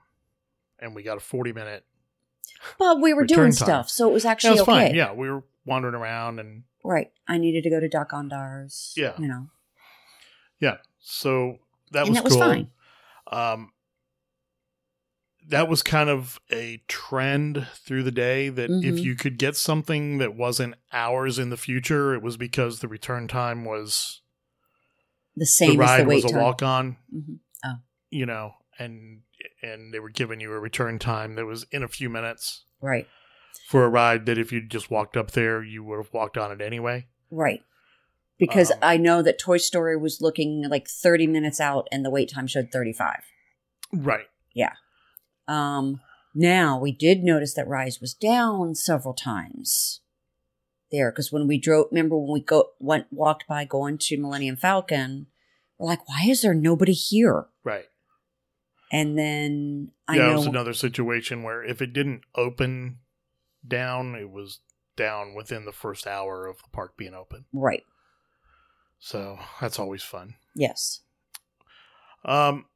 Speaker 2: and we got a 40 minute.
Speaker 1: But we were
Speaker 2: Return
Speaker 1: doing
Speaker 2: time.
Speaker 1: stuff, so it was
Speaker 2: That
Speaker 1: actually
Speaker 2: was
Speaker 1: okay.
Speaker 2: fine. Yeah. We were wandering around and
Speaker 1: Right. I needed to go to Doc Ondar's.
Speaker 2: Yeah.
Speaker 1: You know,
Speaker 2: yeah. So that
Speaker 1: and
Speaker 2: was
Speaker 1: that was
Speaker 2: cool.
Speaker 1: fine.
Speaker 2: Um, that was kind of a trend through the day that if
Speaker 1: Mhm.
Speaker 2: you could get something that wasn't hours in the future, it was because the return time was
Speaker 1: The same
Speaker 2: the ride
Speaker 1: as the wait
Speaker 2: was a
Speaker 1: time.
Speaker 2: walk on,
Speaker 1: Mhm.
Speaker 2: you know, and and they were giving you a return time that was in a few minutes
Speaker 1: Right.
Speaker 2: for a ride that if you just walked up there, you would have walked on it anyway.
Speaker 1: Right. Because
Speaker 2: Um,
Speaker 1: I know that Toy Story was looking like 30 minutes out and the wait time showed 35.
Speaker 2: Right.
Speaker 1: Um, now we did notice that Rise was down several times there because when we drove, remember when we go went walked by going to Millennium Falcon, we're like, why is there nobody here?
Speaker 2: Right.
Speaker 1: And then I
Speaker 2: yeah, it was
Speaker 1: know
Speaker 2: another situation where if it didn't open down, it was down within the first hour of the park being open.
Speaker 1: right,
Speaker 2: So that's always fun.
Speaker 1: yes,
Speaker 2: Um,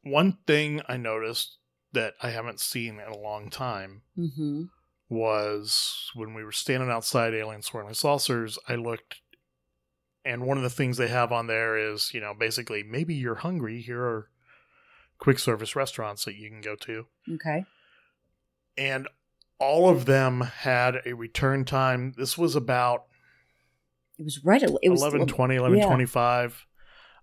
Speaker 2: one thing I noticed that I haven't seen in a long time
Speaker 1: mm-hmm.
Speaker 2: was when we were standing outside Alien Swirling Saucers, I looked, and one of the things they have on there is, you know, basically, maybe you're hungry. Here are quick service restaurants that you can go to.
Speaker 1: okay,
Speaker 2: and all of them had a return time. This was about
Speaker 1: it was right. At, it was
Speaker 2: 11, 20, 11, 25.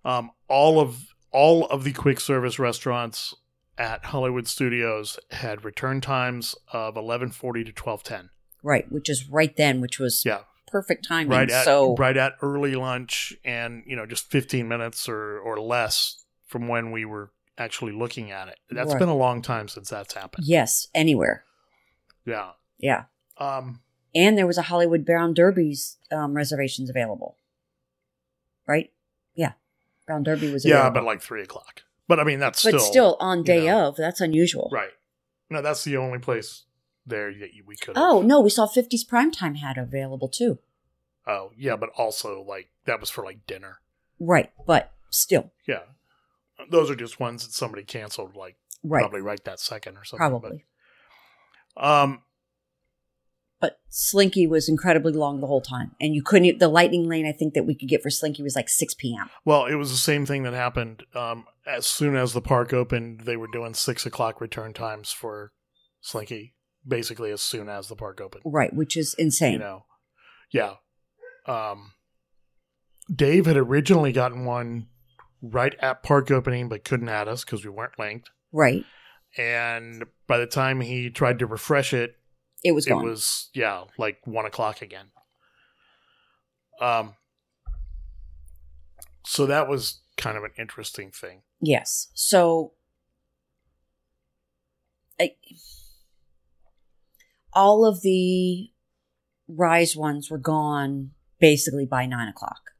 Speaker 2: Um, all of all of the quick service restaurants at Hollywood Studios had return times of 11:40 to 12:10.
Speaker 1: right, which is right then, which was
Speaker 2: Yeah,
Speaker 1: perfect timing.
Speaker 2: right at
Speaker 1: so
Speaker 2: right at early lunch and, you know, just 15 minutes or or less from when we were actually looking at it. That's
Speaker 1: Right.
Speaker 2: been a long time since that's happened.
Speaker 1: yes, anywhere,
Speaker 2: Yeah.
Speaker 1: yeah.
Speaker 2: Um
Speaker 1: And there was a Hollywood Brown Derby's um, reservations available, right? Yeah, Brown Derby was
Speaker 2: yeah,
Speaker 1: available.
Speaker 2: but like 3 o'clock. But I mean, that's
Speaker 1: but still on day
Speaker 2: know.
Speaker 1: of that's unusual
Speaker 2: Right. No, that's the only place there that you- we could.
Speaker 1: oh no we saw 50s primetime had available too
Speaker 2: Oh, yeah, but also like that was for like dinner.
Speaker 1: right but still
Speaker 2: Yeah, those are just ones that somebody canceled, like
Speaker 1: right probably
Speaker 2: probably right that second or something.
Speaker 1: probably,
Speaker 2: but- um.
Speaker 1: but slinky was incredibly long the whole time and you couldn't e- the lightning lane i think that we could get for slinky was like 6 p.m
Speaker 2: Well, it was the same thing that happened. Um. As soon as the park opened, they were doing six o'clock return times for Slinky. Basically, as soon as the park opened.
Speaker 1: right which is insane
Speaker 2: you know yeah um dave had originally gotten one right at park opening but couldn't add us because we weren't linked
Speaker 1: right
Speaker 2: and by the time he tried to refresh it
Speaker 1: it was
Speaker 2: it
Speaker 1: gone
Speaker 2: was yeah like one o'clock again um so that was kind of an interesting thing
Speaker 1: yes so I, all of the rise ones were gone basically by 9 o'clock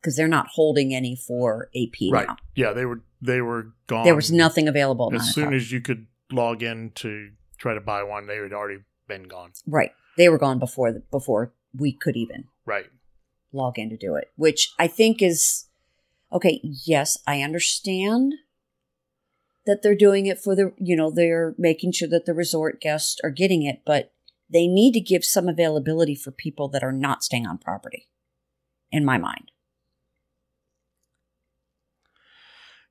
Speaker 1: because they're not holding any for ap now
Speaker 2: yeah they were they were gone
Speaker 1: There was nothing available.
Speaker 2: Um, as soon as you could log in to try to buy one they had already been gone
Speaker 1: right, they were gone before the, before we could even
Speaker 2: right
Speaker 1: log in to do it, which I think is okay. Yes, I understand that they're doing it for the you know they're making sure that the resort guests are getting it, but they need to give some availability for people that are not staying on property. In my mind,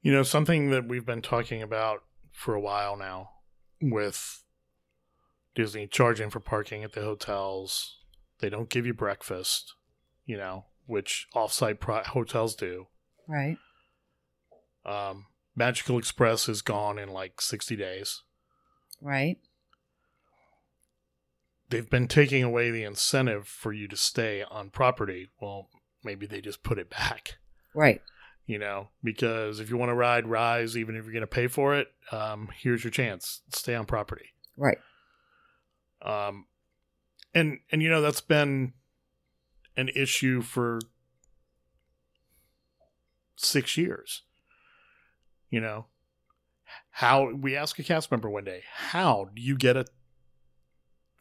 Speaker 2: You know, something that we've been talking about for a while now with Disney charging for parking at the hotels. They don't give you breakfast, you know, which offsite pro- hotels do.
Speaker 1: right?
Speaker 2: Um, Magical Express is gone in like 60 days.
Speaker 1: Right.
Speaker 2: They've been taking away the incentive for you to stay on property. Well, maybe they just put it back,
Speaker 1: Right.
Speaker 2: you know, because if you want to ride Rise, even if you're going to pay for it, um, here's your chance stay on property.
Speaker 1: Right.
Speaker 2: um and and you know that's been an issue for 6 years You know, how we asked a cast member one day, how do you get a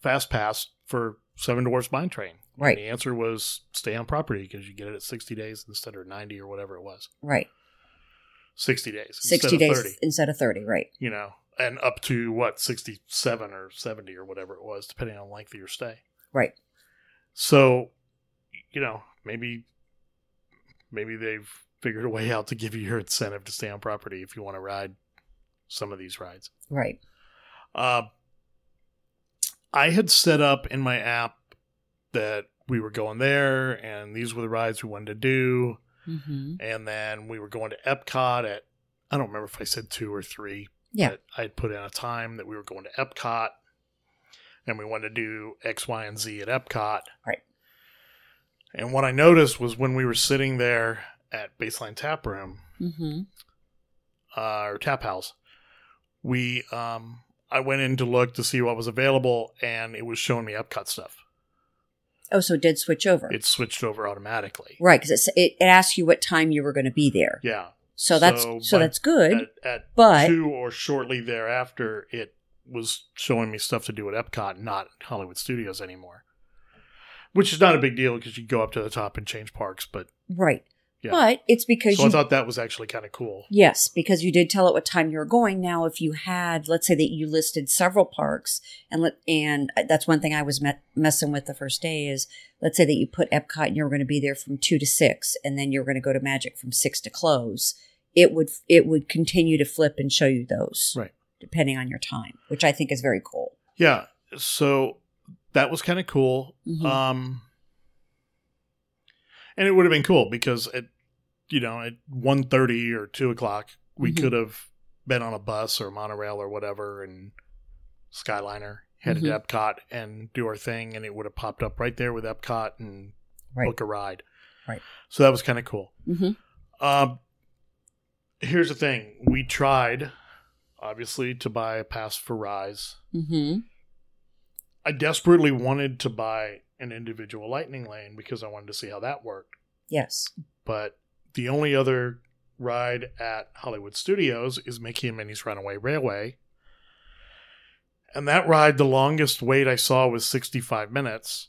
Speaker 2: fast pass for Seven Dwarfs Mine Train?
Speaker 1: Right.
Speaker 2: And the answer was stay on property because you get it at 60 days instead of 90 or whatever it was.
Speaker 1: Right.
Speaker 2: 60 days.
Speaker 1: 60
Speaker 2: instead of
Speaker 1: days instead of 30, right.
Speaker 2: you know, and up to what, 67 or 70 or whatever it was, depending on length of your stay.
Speaker 1: Right.
Speaker 2: So, you know, maybe maybe they've figured a way out to give you your incentive to stay on property if you want to ride some of these rides.
Speaker 1: Right.
Speaker 2: Uh, I had set up in my app that we were going there and these were the rides we wanted to do.
Speaker 1: Mm-hmm.
Speaker 2: And then we were going to Epcot at, I don't remember if I said two or three,
Speaker 1: Yeah.
Speaker 2: that I had put in a time that we were going to Epcot and we wanted to do X, Y, and Z at Epcot.
Speaker 1: Right.
Speaker 2: And what I noticed was when we were sitting there at Baseline Tap Room
Speaker 1: Mm-hmm.
Speaker 2: uh, or Tap House, we um, I went in to look to see what was available and it was showing me Epcot stuff.
Speaker 1: Oh, so it did switch over.
Speaker 2: It switched over automatically.
Speaker 1: right, because it, it asked you what time you were going to be there.
Speaker 2: Yeah.
Speaker 1: So that's
Speaker 2: So,
Speaker 1: so,
Speaker 2: but
Speaker 1: that's good.
Speaker 2: At, at
Speaker 1: but
Speaker 2: two or shortly thereafter, it was showing me stuff to do at Epcot, not Hollywood Studios anymore. Which is not a big deal because you go up to the top and change parks, but
Speaker 1: right.
Speaker 2: yeah.
Speaker 1: But it's because
Speaker 2: so I
Speaker 1: you
Speaker 2: thought that was actually kind of cool.
Speaker 1: Yes, because you did tell it what time you were going. Now, if you had, let's say that you listed several parks, and let, and that's one thing I was met, messing with the first day is, let's say that you put Epcot and you were going to be there from two to six, and then you were going to go to Magic from six to close. It would it would continue to flip and show you those,
Speaker 2: Right.
Speaker 1: Depending on your time, which I think is very cool.
Speaker 2: Yeah, so that was kind of cool.
Speaker 1: Mhm.
Speaker 2: Um, and it would have been cool because at you know at one thirty or two o'clock we
Speaker 1: Mhm.
Speaker 2: could have been on a bus or monorail or whatever and Skyliner headed
Speaker 1: Mm-hmm.
Speaker 2: to Epcot and do our thing, and it would have popped up right there with Epcot and
Speaker 1: Right.
Speaker 2: book a ride.
Speaker 1: Right.
Speaker 2: So that was kind of cool.
Speaker 1: Mm-hmm.
Speaker 2: Um, here's the thing: we tried, obviously, to buy a pass for Rise.
Speaker 1: Mm-hmm.
Speaker 2: I desperately wanted to buy an individual lightning lane because I wanted to see how that worked.
Speaker 1: Yes.
Speaker 2: But the only other ride at Hollywood Studios is Mickey and Minnie's Runaway Railway. And that ride, the longest wait I saw was 65 minutes.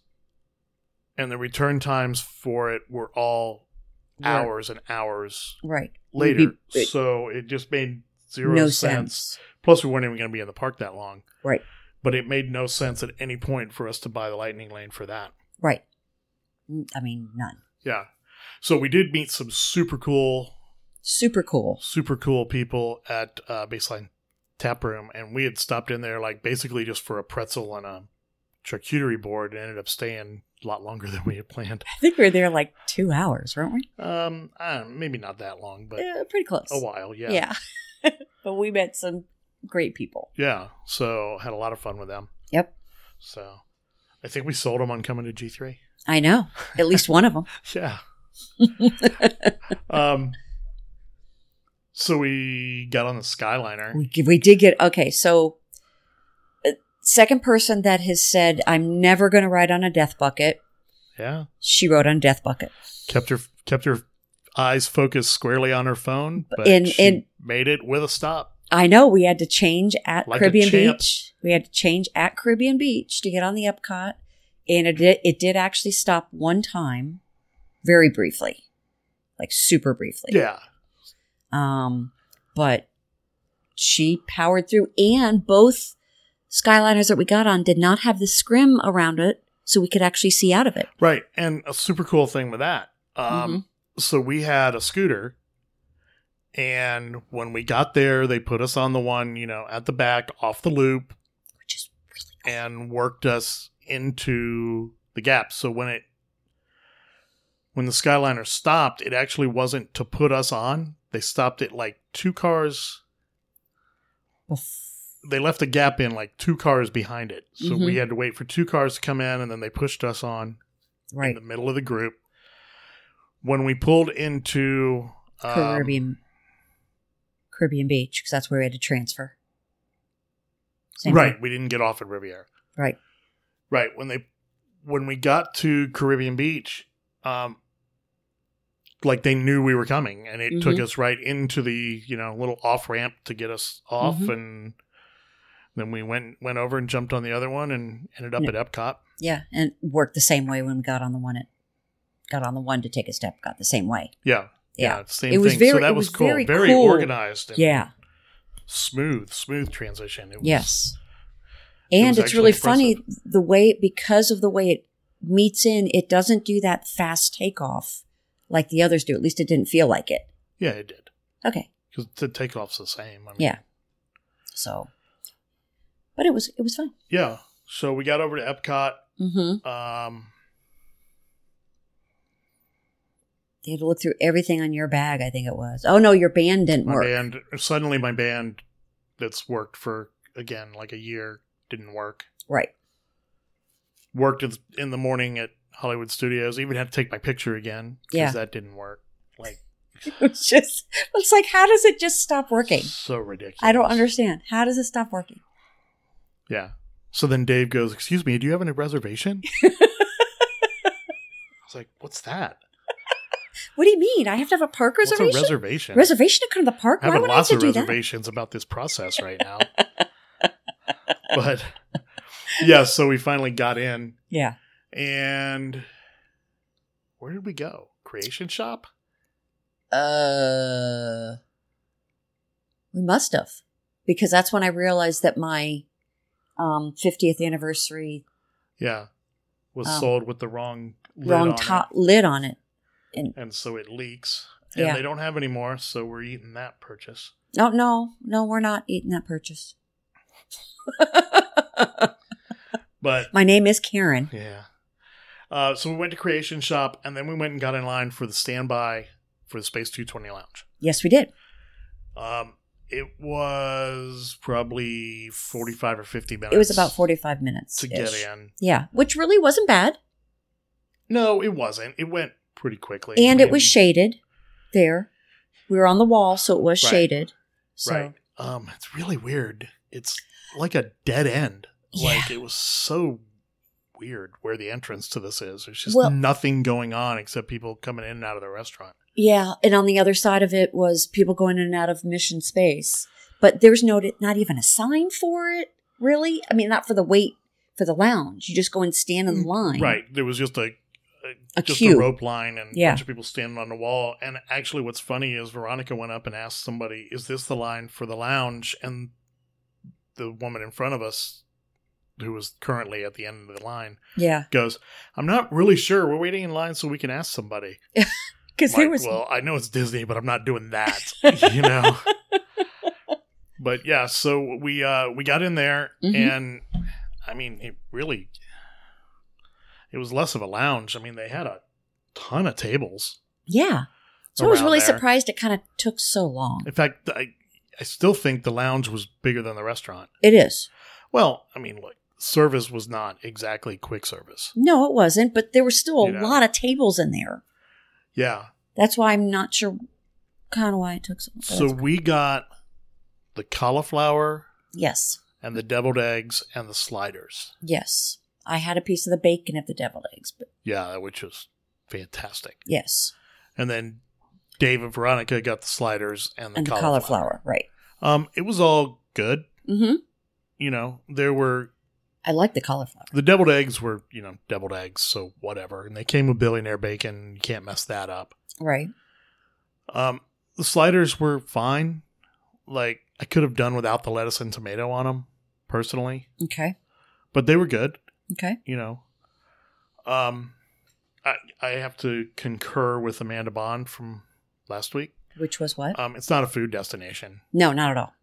Speaker 2: And the return times for it were all hours and hours
Speaker 1: Right. You'd be-
Speaker 2: later.
Speaker 1: it-
Speaker 2: so it just made zero
Speaker 1: no
Speaker 2: sense.
Speaker 1: sense.
Speaker 2: Plus, we weren't even going to be in the park that long.
Speaker 1: Right.
Speaker 2: But it made no sense at any point for us to buy the lightning lane for that.
Speaker 1: Right. Mm, I mean, none.
Speaker 2: Yeah. So we did meet some super cool,
Speaker 1: Super cool.
Speaker 2: super cool people at uh, Baseline Tap Room, and we had stopped in there like basically just for a pretzel and a charcuterie board, and ended up staying a lot longer than we had planned.
Speaker 1: I think we were there like two hours, weren't we?
Speaker 2: Um, I don't, maybe not that long, but
Speaker 1: yeah, pretty close.
Speaker 2: a while. Yeah.
Speaker 1: Yeah. but we met some great people.
Speaker 2: Yeah. So had a lot of fun with them.
Speaker 1: Yep.
Speaker 2: So I think we sold them on coming to G three.
Speaker 1: I know. At least one of them.
Speaker 2: Yeah. um, so we got on the Skyliner.
Speaker 1: we, we did get, okay, so uh, second person that has said, I'm never going to ride on a death bucket,
Speaker 2: Yeah,
Speaker 1: she rode on death bucket.
Speaker 2: kept her kept her eyes focused squarely on her phone, but
Speaker 1: And-
Speaker 2: she
Speaker 1: and-
Speaker 2: made it with a stop.
Speaker 1: I know we had to change at
Speaker 2: Like a
Speaker 1: Caribbean
Speaker 2: champ.
Speaker 1: Beach. We had to change at Caribbean Beach to get on the Epcot, and it did, it did actually stop one time, very briefly, like super briefly.
Speaker 2: Yeah,
Speaker 1: Um, but she powered through, and both Skyliners that we got on did not have the scrim around it, so we could actually see out of it.
Speaker 2: right. And a super cool thing with that. Um,
Speaker 1: Mm-hmm.
Speaker 2: So we had a scooter, and when we got there, they put us on the one you know at the back off the loop,
Speaker 1: Which is really
Speaker 2: and worked us into the gap. So when it when the Skyliner stopped, it actually wasn't to put us on. They stopped it like two cars.
Speaker 1: cool.
Speaker 2: They left a gap in like two cars behind it. So we
Speaker 1: Mhm.
Speaker 2: had to wait for two cars to come in and then they pushed us on in
Speaker 1: right?
Speaker 2: the middle of the group. When we pulled into um,
Speaker 1: Caribbean Caribbean Beach, because that's where we had to transfer. Same
Speaker 2: Right,
Speaker 1: thing.
Speaker 2: we didn't get off at Riviera.
Speaker 1: right.
Speaker 2: Right when they when we got to Caribbean Beach, um, like they knew we were coming and it took
Speaker 1: Mhm.
Speaker 2: us right into the you know little off ramp to get us off
Speaker 1: Mhm.
Speaker 2: and then we went went over and jumped on the other one and ended up
Speaker 1: Yeah.
Speaker 2: at epcot
Speaker 1: Yeah, and worked the same way when we got on the one. At, got on the one to take a step. Got the same way.
Speaker 2: yeah
Speaker 1: Yeah,
Speaker 2: same
Speaker 1: It was
Speaker 2: thing so
Speaker 1: very-
Speaker 2: that
Speaker 1: it
Speaker 2: was,
Speaker 1: was
Speaker 2: cool very,
Speaker 1: very cool.
Speaker 2: organized and
Speaker 1: yeah.
Speaker 2: smooth smooth transition it was
Speaker 1: Yes.
Speaker 2: it
Speaker 1: And
Speaker 2: was
Speaker 1: it's really
Speaker 2: actually
Speaker 1: funny the way because of the way it meets in, it doesn't do that fast takeoff like the others do. At least it didn't feel like it.
Speaker 2: yeah it did
Speaker 1: Okay.
Speaker 2: because the takeoff's the same I mean,
Speaker 1: Yeah. So but it was it was fun.
Speaker 2: yeah so we got over to epcot
Speaker 1: Mm-hmm.
Speaker 2: um
Speaker 1: They had to look through everything on your bag, I think it was. Oh no, your band didn't
Speaker 2: my
Speaker 1: work.
Speaker 2: band suddenly my band that's worked for again like a year didn't work
Speaker 1: Right.
Speaker 2: worked in- in the morning at Hollywood Studios. Even had to take my picture again because
Speaker 1: Yeah.
Speaker 2: that didn't work. Like
Speaker 1: It's just it's like how does it just stop working?
Speaker 2: so ridiculous.
Speaker 1: I don't understand. How does it stop working?
Speaker 2: Yeah. So then Dave goes, "Excuse me, do you have any reservation?" I was like, "What's that?
Speaker 1: What do you mean? I have to have a park reservation?
Speaker 2: What's a reservation?
Speaker 1: reservation to come to the park?
Speaker 2: I'm
Speaker 1: Why
Speaker 2: having
Speaker 1: would I have
Speaker 2: lots
Speaker 1: to
Speaker 2: of
Speaker 1: do that?
Speaker 2: reservations about this process right now." but yeah, so we finally got in,
Speaker 1: Yeah.
Speaker 2: and where did we go? Creation shop.
Speaker 1: Uh, we must have, because that's when I realized that my um 50th anniversary
Speaker 2: Yeah, was
Speaker 1: Oh.
Speaker 2: sold with the wrong lid on
Speaker 1: wrong
Speaker 2: it.
Speaker 1: top lid on it.
Speaker 2: and so it leaks. And
Speaker 1: Yeah.
Speaker 2: they don't have any more, so we're eating that purchase.
Speaker 1: No, Oh, no, no, we're not eating that purchase.
Speaker 2: But
Speaker 1: my name is Karen.
Speaker 2: yeah, uh, so we went to Creation Shop, and then we went and got in line for the standby for the Space 220 Lounge.
Speaker 1: Yes, we did.
Speaker 2: Um, it was probably 45 or 50 minutes.
Speaker 1: It was about 45 minutes
Speaker 2: to get in.
Speaker 1: Yeah, which really wasn't bad,
Speaker 2: No, it wasn't. It went pretty quickly,
Speaker 1: and it was
Speaker 2: shady.
Speaker 1: shaded. There, we were on the wall, so it was
Speaker 2: Right.
Speaker 1: shaded. So
Speaker 2: Right. Um, it's really weird. It's like a dead end. Like it was so weird where the entrance to this is. There's just
Speaker 1: Well-
Speaker 2: nothing going on except people coming in and out of the restaurant.
Speaker 1: Yeah, and on the other side of it was people going in and out of mission space, but there's no not even a sign for it, really. I mean, not for the wait for the lounge. You just go and stand in line.
Speaker 2: Mm, Right. There was just a,
Speaker 1: A
Speaker 2: just a
Speaker 1: queue.
Speaker 2: rope line and a
Speaker 1: Yeah.
Speaker 2: bunch of people standing on the wall. And actually, what's funny is Veronica went up and asked somebody, "Is this the line for the lounge?" And the woman in front of us, who was currently at the end of the line,
Speaker 1: Yeah,
Speaker 2: goes, "I'm not really sure. We're waiting in line so we can ask somebody."
Speaker 1: because
Speaker 2: Like,
Speaker 1: there was
Speaker 2: well, I know it's Disney, but I'm not doing that, you know. but yeah, so we uh we got in there,
Speaker 1: Mhm.
Speaker 2: and I mean, it really, it was less of a lounge. I mean, they had a ton of tables.
Speaker 1: yeah. So I was
Speaker 2: around
Speaker 1: really
Speaker 2: there.
Speaker 1: surprised it kind of took so long.
Speaker 2: In fact, I I still think the lounge was bigger than the restaurant.
Speaker 1: It is
Speaker 2: Well, I mean, look, service was not exactly quick service.
Speaker 1: no, it wasn't, but there were still a
Speaker 2: You know.
Speaker 1: lot of tables in there.
Speaker 2: Yeah,
Speaker 1: That's why I'm not sure, kind of why it took so. long.
Speaker 2: so we got the cauliflower
Speaker 1: yes,
Speaker 2: and the deviled eggs and the sliders.
Speaker 1: yes, I had a piece of the bacon of the deviled eggs, but
Speaker 2: Yeah, which was fantastic.
Speaker 1: yes,
Speaker 2: And then Dave and Veronica got the sliders and the,
Speaker 1: and the
Speaker 2: cauliflower.
Speaker 1: cauliflower, right?
Speaker 2: Um, it was all good.
Speaker 1: Mm-hmm.
Speaker 2: You know, there were
Speaker 1: I like the cauliflower.
Speaker 2: the deviled eggs were you know deviled eggs, so whatever. And they came with billionaire bacon. You can't mess that up.
Speaker 1: Right.
Speaker 2: Um, the sliders were fine. Like I could have done without the lettuce and tomato on them personally,
Speaker 1: Okay.
Speaker 2: but they were good.
Speaker 1: Okay.
Speaker 2: You know. Um, I I have to concur with Amanda Bond from last week.
Speaker 1: Which was what?
Speaker 2: Um, it's not a food destination.
Speaker 1: no, not at all.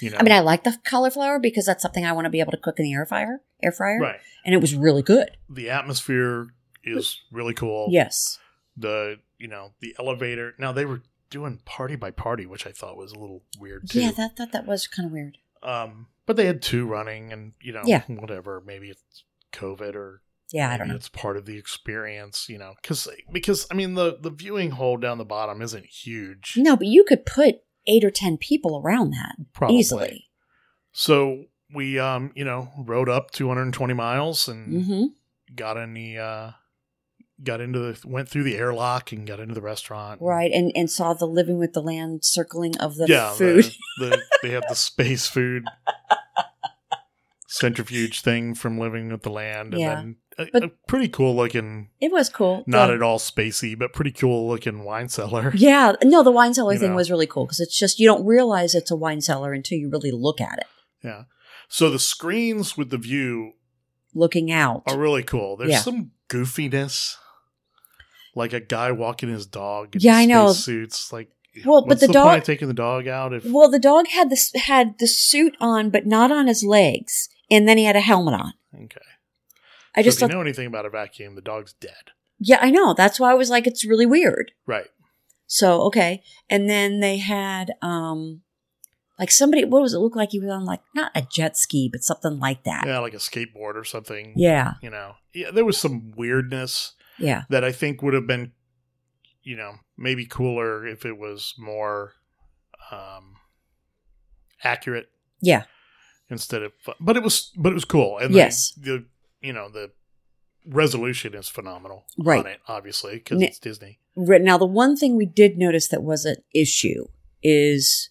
Speaker 2: You know,
Speaker 1: I mean, I like the cauliflower because that's something I want to be able to cook in the air fryer. Air fryer.
Speaker 2: right.
Speaker 1: And it was really good.
Speaker 2: The atmosphere is really cool.
Speaker 1: Yes.
Speaker 2: The you know the elevator. Now they were doing party by party, which I thought was a little weird too.
Speaker 1: Yeah, that thought that was kind of weird.
Speaker 2: um, but they had two running, and you know,
Speaker 1: Yeah.
Speaker 2: whatever. Maybe it's COVID or
Speaker 1: Yeah, I
Speaker 2: maybe
Speaker 1: don't know.
Speaker 2: it's part of the experience. You know, because because I mean the the viewing hole down the bottom isn't huge.
Speaker 1: No, but you could put eight or ten people around that
Speaker 2: Probably.
Speaker 1: easily.
Speaker 2: So we um you know rode up 220 miles and
Speaker 1: Mm-hmm.
Speaker 2: got in the uh got into the went through the airlock and got into the restaurant.
Speaker 1: Right, and and saw the living with the land circling of the
Speaker 2: yeah,
Speaker 1: food.
Speaker 2: The, the, they have the space food centrifuge thing from Living with the Land, and
Speaker 1: Yeah.
Speaker 2: then a,
Speaker 1: But-
Speaker 2: a pretty cool looking,
Speaker 1: it was cool.
Speaker 2: not
Speaker 1: The-
Speaker 2: at all spacey, but pretty cool looking wine cellar.
Speaker 1: Yeah, no, the wine cellar
Speaker 2: You
Speaker 1: thing
Speaker 2: know.
Speaker 1: was really cool because it's just you don't realize it's a wine cellar until you really look at it,
Speaker 2: Yeah. So the screens with the view
Speaker 1: looking out.
Speaker 2: are really cool. There's
Speaker 1: Yeah.
Speaker 2: some goofiness, like a guy walking his dog. In
Speaker 1: Yeah, I know.
Speaker 2: Suits like.
Speaker 1: Well, but
Speaker 2: what's
Speaker 1: the
Speaker 2: point
Speaker 1: dog-
Speaker 2: of taking the dog out if
Speaker 1: Well, the dog had this had the suit on, but not on his legs, and then he had a helmet on.
Speaker 2: okay.
Speaker 1: I
Speaker 2: So
Speaker 1: just
Speaker 2: if you
Speaker 1: thought,
Speaker 2: know anything about a vacuum, the dog's dead.
Speaker 1: yeah, I know. That's why I was like, it's really weird.
Speaker 2: Right.
Speaker 1: So okay, and then they had um, like somebody. What was it look like? He was on like not a jet ski, but something like that.
Speaker 2: Yeah, like a skateboard or something.
Speaker 1: Yeah,
Speaker 2: You know. Yeah, there was some weirdness
Speaker 1: yeah,
Speaker 2: that I think would have been you know, maybe cooler if it was more um accurate
Speaker 1: yeah.
Speaker 2: instead of but it was but it was cool. And
Speaker 1: Yes.
Speaker 2: the, the you know, the resolution is phenomenal
Speaker 1: Right.
Speaker 2: on it, obviously, because
Speaker 1: Ne-
Speaker 2: it's Disney.
Speaker 1: Right now, the one thing we did notice that was an issue is,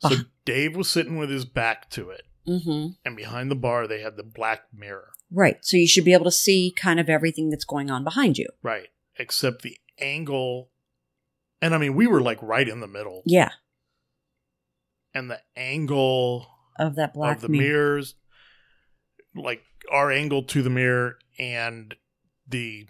Speaker 2: So
Speaker 1: Beh-
Speaker 2: Dave was sitting with his back to it,
Speaker 1: hmm
Speaker 2: and behind the bar they had the black mirror.
Speaker 1: right. So you should be able to see kind of everything that's going on behind you.
Speaker 2: Right. Except the angle. And I mean, we were like right in the middle.
Speaker 1: Yeah,
Speaker 2: And the angle
Speaker 1: of that black
Speaker 2: of the
Speaker 1: mirror.
Speaker 2: mirrors, like our angle to the mirror and the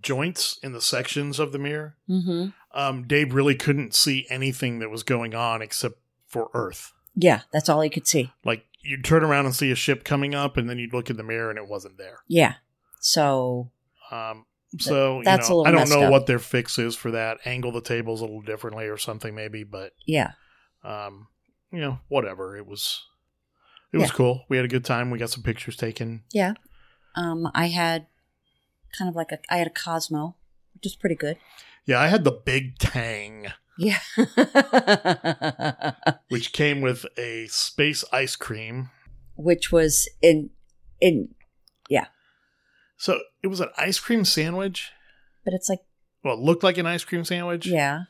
Speaker 2: joints in the sections of the mirror,
Speaker 1: Mm-hmm.
Speaker 2: um, Dave really couldn't see anything that was going on except for Earth.
Speaker 1: Yeah, that's all you could see.
Speaker 2: Like you'd turn around and see a ship coming up, and then you'd look in the mirror and it wasn't there.
Speaker 1: Yeah. So
Speaker 2: Um, so
Speaker 1: that's a
Speaker 2: you know,
Speaker 1: little
Speaker 2: I don't
Speaker 1: messed
Speaker 2: know
Speaker 1: up.
Speaker 2: what their fix is for that. Angle the tables a little differently or something maybe, but
Speaker 1: yeah,
Speaker 2: um, you know, whatever. It was it was
Speaker 1: Yeah.
Speaker 2: cool. We had a good time. We got some pictures taken.
Speaker 1: yeah. Um, I had kind of like a I had a Cosmo, which is pretty good.
Speaker 2: Yeah, I had the Big Tang,
Speaker 1: Yeah.
Speaker 2: which came with a space ice cream.
Speaker 1: which was in in,
Speaker 2: So it was an ice cream sandwich.
Speaker 1: but it's like
Speaker 2: Well, it looked like an ice cream sandwich,
Speaker 1: yeah.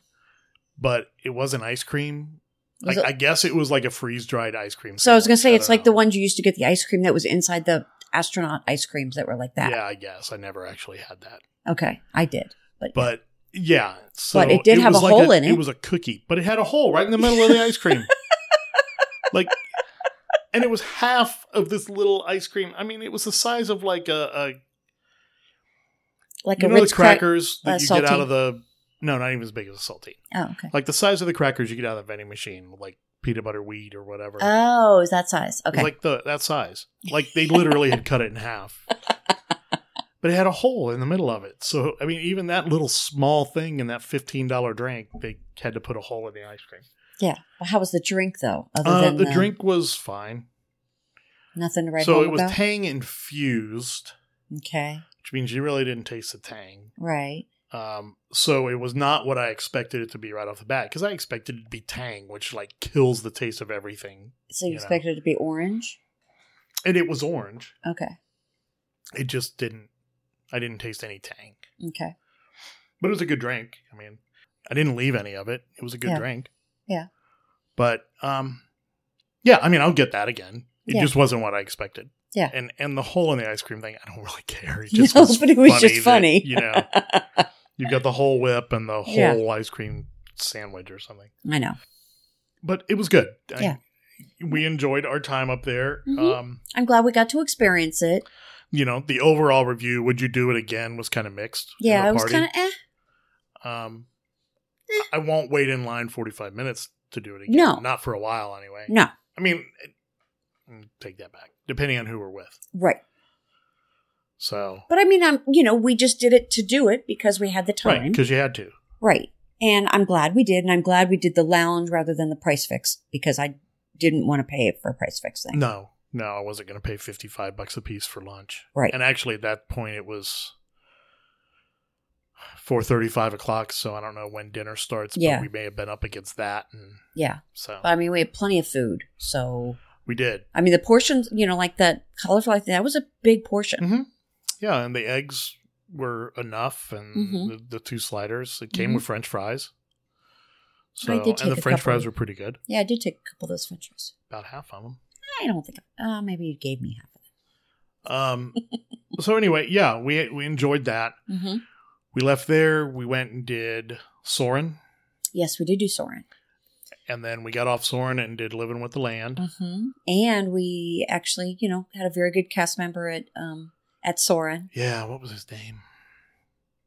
Speaker 2: but it wasn't ice cream.
Speaker 1: Was
Speaker 2: I,
Speaker 1: it-
Speaker 2: I guess it was like a freeze dried ice cream.
Speaker 1: so I was gonna
Speaker 2: sandwich.
Speaker 1: say
Speaker 2: I
Speaker 1: it's
Speaker 2: don't
Speaker 1: like the
Speaker 2: know.
Speaker 1: ones you used to get the ice cream that was inside the astronaut ice creams that were like that.
Speaker 2: Yeah, I guess I never actually had that.
Speaker 1: Okay, I did, but,
Speaker 2: But yeah, so
Speaker 1: But it did have
Speaker 2: was
Speaker 1: a hole in
Speaker 2: It
Speaker 1: it.
Speaker 2: was a cookie, but it had a hole right in the middle of the ice cream. like, and it was half of this little ice cream. I mean, it was the size of like a,
Speaker 1: like
Speaker 2: a you
Speaker 1: a
Speaker 2: know the
Speaker 1: Ritz crack-
Speaker 2: crackers
Speaker 1: uh,
Speaker 2: that you get out
Speaker 1: saltine.
Speaker 2: of the no, not even as big as a saltine.
Speaker 1: Oh, okay.
Speaker 2: Like the size of the crackers you get out of the vending machine, like peanut butter wheat or whatever.
Speaker 1: Oh, is that size?
Speaker 2: It was
Speaker 1: Okay.
Speaker 2: like the that size. Like they literally had cut it in half. But it had a hole in the middle of it. So I mean, even that little small thing in that fifteen dollar drink, they had to put a hole in the ice cream.
Speaker 1: yeah. Well, how was the drink though? Other
Speaker 2: Uh,
Speaker 1: than
Speaker 2: the drink was fine.
Speaker 1: nothing to write
Speaker 2: so
Speaker 1: home
Speaker 2: it was
Speaker 1: about.
Speaker 2: tang infused,
Speaker 1: okay.
Speaker 2: which means you really didn't taste the tang.
Speaker 1: Right.
Speaker 2: Um, so it was not what I expected it to be right off the bat because I expected it to be tang, which like kills the taste of everything,
Speaker 1: So you,
Speaker 2: you know.
Speaker 1: expected it to be orange?
Speaker 2: and it was orange.
Speaker 1: Okay.
Speaker 2: It just didn't. I didn't taste any tang.
Speaker 1: Okay.
Speaker 2: But it was a good drink. I mean, I didn't leave any of it. It was a good
Speaker 1: Yeah.
Speaker 2: drink.
Speaker 1: Yeah.
Speaker 2: But um yeah, I mean, I'll get that again. It
Speaker 1: Yeah.
Speaker 2: just wasn't what I expected.
Speaker 1: Yeah.
Speaker 2: And and the hole in the ice cream thing, I don't really care. It
Speaker 1: No, but it was just funny.
Speaker 2: that, you know, you've got the whole whip and the
Speaker 1: Yeah.
Speaker 2: whole ice cream sandwich or something.
Speaker 1: I know.
Speaker 2: But it was good. I-
Speaker 1: Yeah.
Speaker 2: we enjoyed our time up there.
Speaker 1: Mhm.
Speaker 2: Um,
Speaker 1: I'm glad we got to experience it.
Speaker 2: you know, the overall review, would you do it again, was kind of mixed. in
Speaker 1: Yeah,
Speaker 2: the
Speaker 1: it was
Speaker 2: party.
Speaker 1: kind of eh.
Speaker 2: Um,
Speaker 1: Eh.
Speaker 2: I won't wait in line 45 minutes to do it again.
Speaker 1: No.
Speaker 2: Not for a while, anyway.
Speaker 1: No.
Speaker 2: I mean, it- mm, take that back, depending on who we're with.
Speaker 1: Right.
Speaker 2: So,
Speaker 1: But I mean, I'm, you know, we just did it to do it because we had the
Speaker 2: right,
Speaker 1: time. Right.
Speaker 2: because you had to.
Speaker 1: And I'm glad we did. And I'm glad we did the lounge rather than the price fix because I didn't want to pay it for a price fix thing.
Speaker 2: No, no, I wasn't going to pay 55 bucks a piece for lunch.
Speaker 1: Right.
Speaker 2: And actually, at that point, it was 4.35 o'clock, so I don't know when dinner starts,
Speaker 1: Yeah.
Speaker 2: but we may have been up against that. And
Speaker 1: Yeah.
Speaker 2: so
Speaker 1: But I mean, we had plenty of food. So,
Speaker 2: we did.
Speaker 1: I mean, the portions, you know, like that cauliflower thing, that was a big portion.
Speaker 2: Mhm. Yeah, and the eggs were enough, and
Speaker 1: Mhm.
Speaker 2: the, the two sliders. It came with French fries. So
Speaker 1: Mm-hmm. I did take
Speaker 2: and the
Speaker 1: a
Speaker 2: French
Speaker 1: couple.
Speaker 2: fries were pretty good.
Speaker 1: Yeah, I did take a couple of those French fries.
Speaker 2: About half of them.
Speaker 1: I don't think. Uh, maybe you gave me half of
Speaker 2: Um, so anyway, yeah, we we enjoyed that.
Speaker 1: them. Mm-hmm.
Speaker 2: We left there. We went and did Soren,
Speaker 1: Yes, we did do Soren.
Speaker 2: and then we got off Soren and did Living with the Land.
Speaker 1: Mm-hmm. And we actually, you know, had a very good cast member at um at Soren.
Speaker 2: Yeah, what was his name?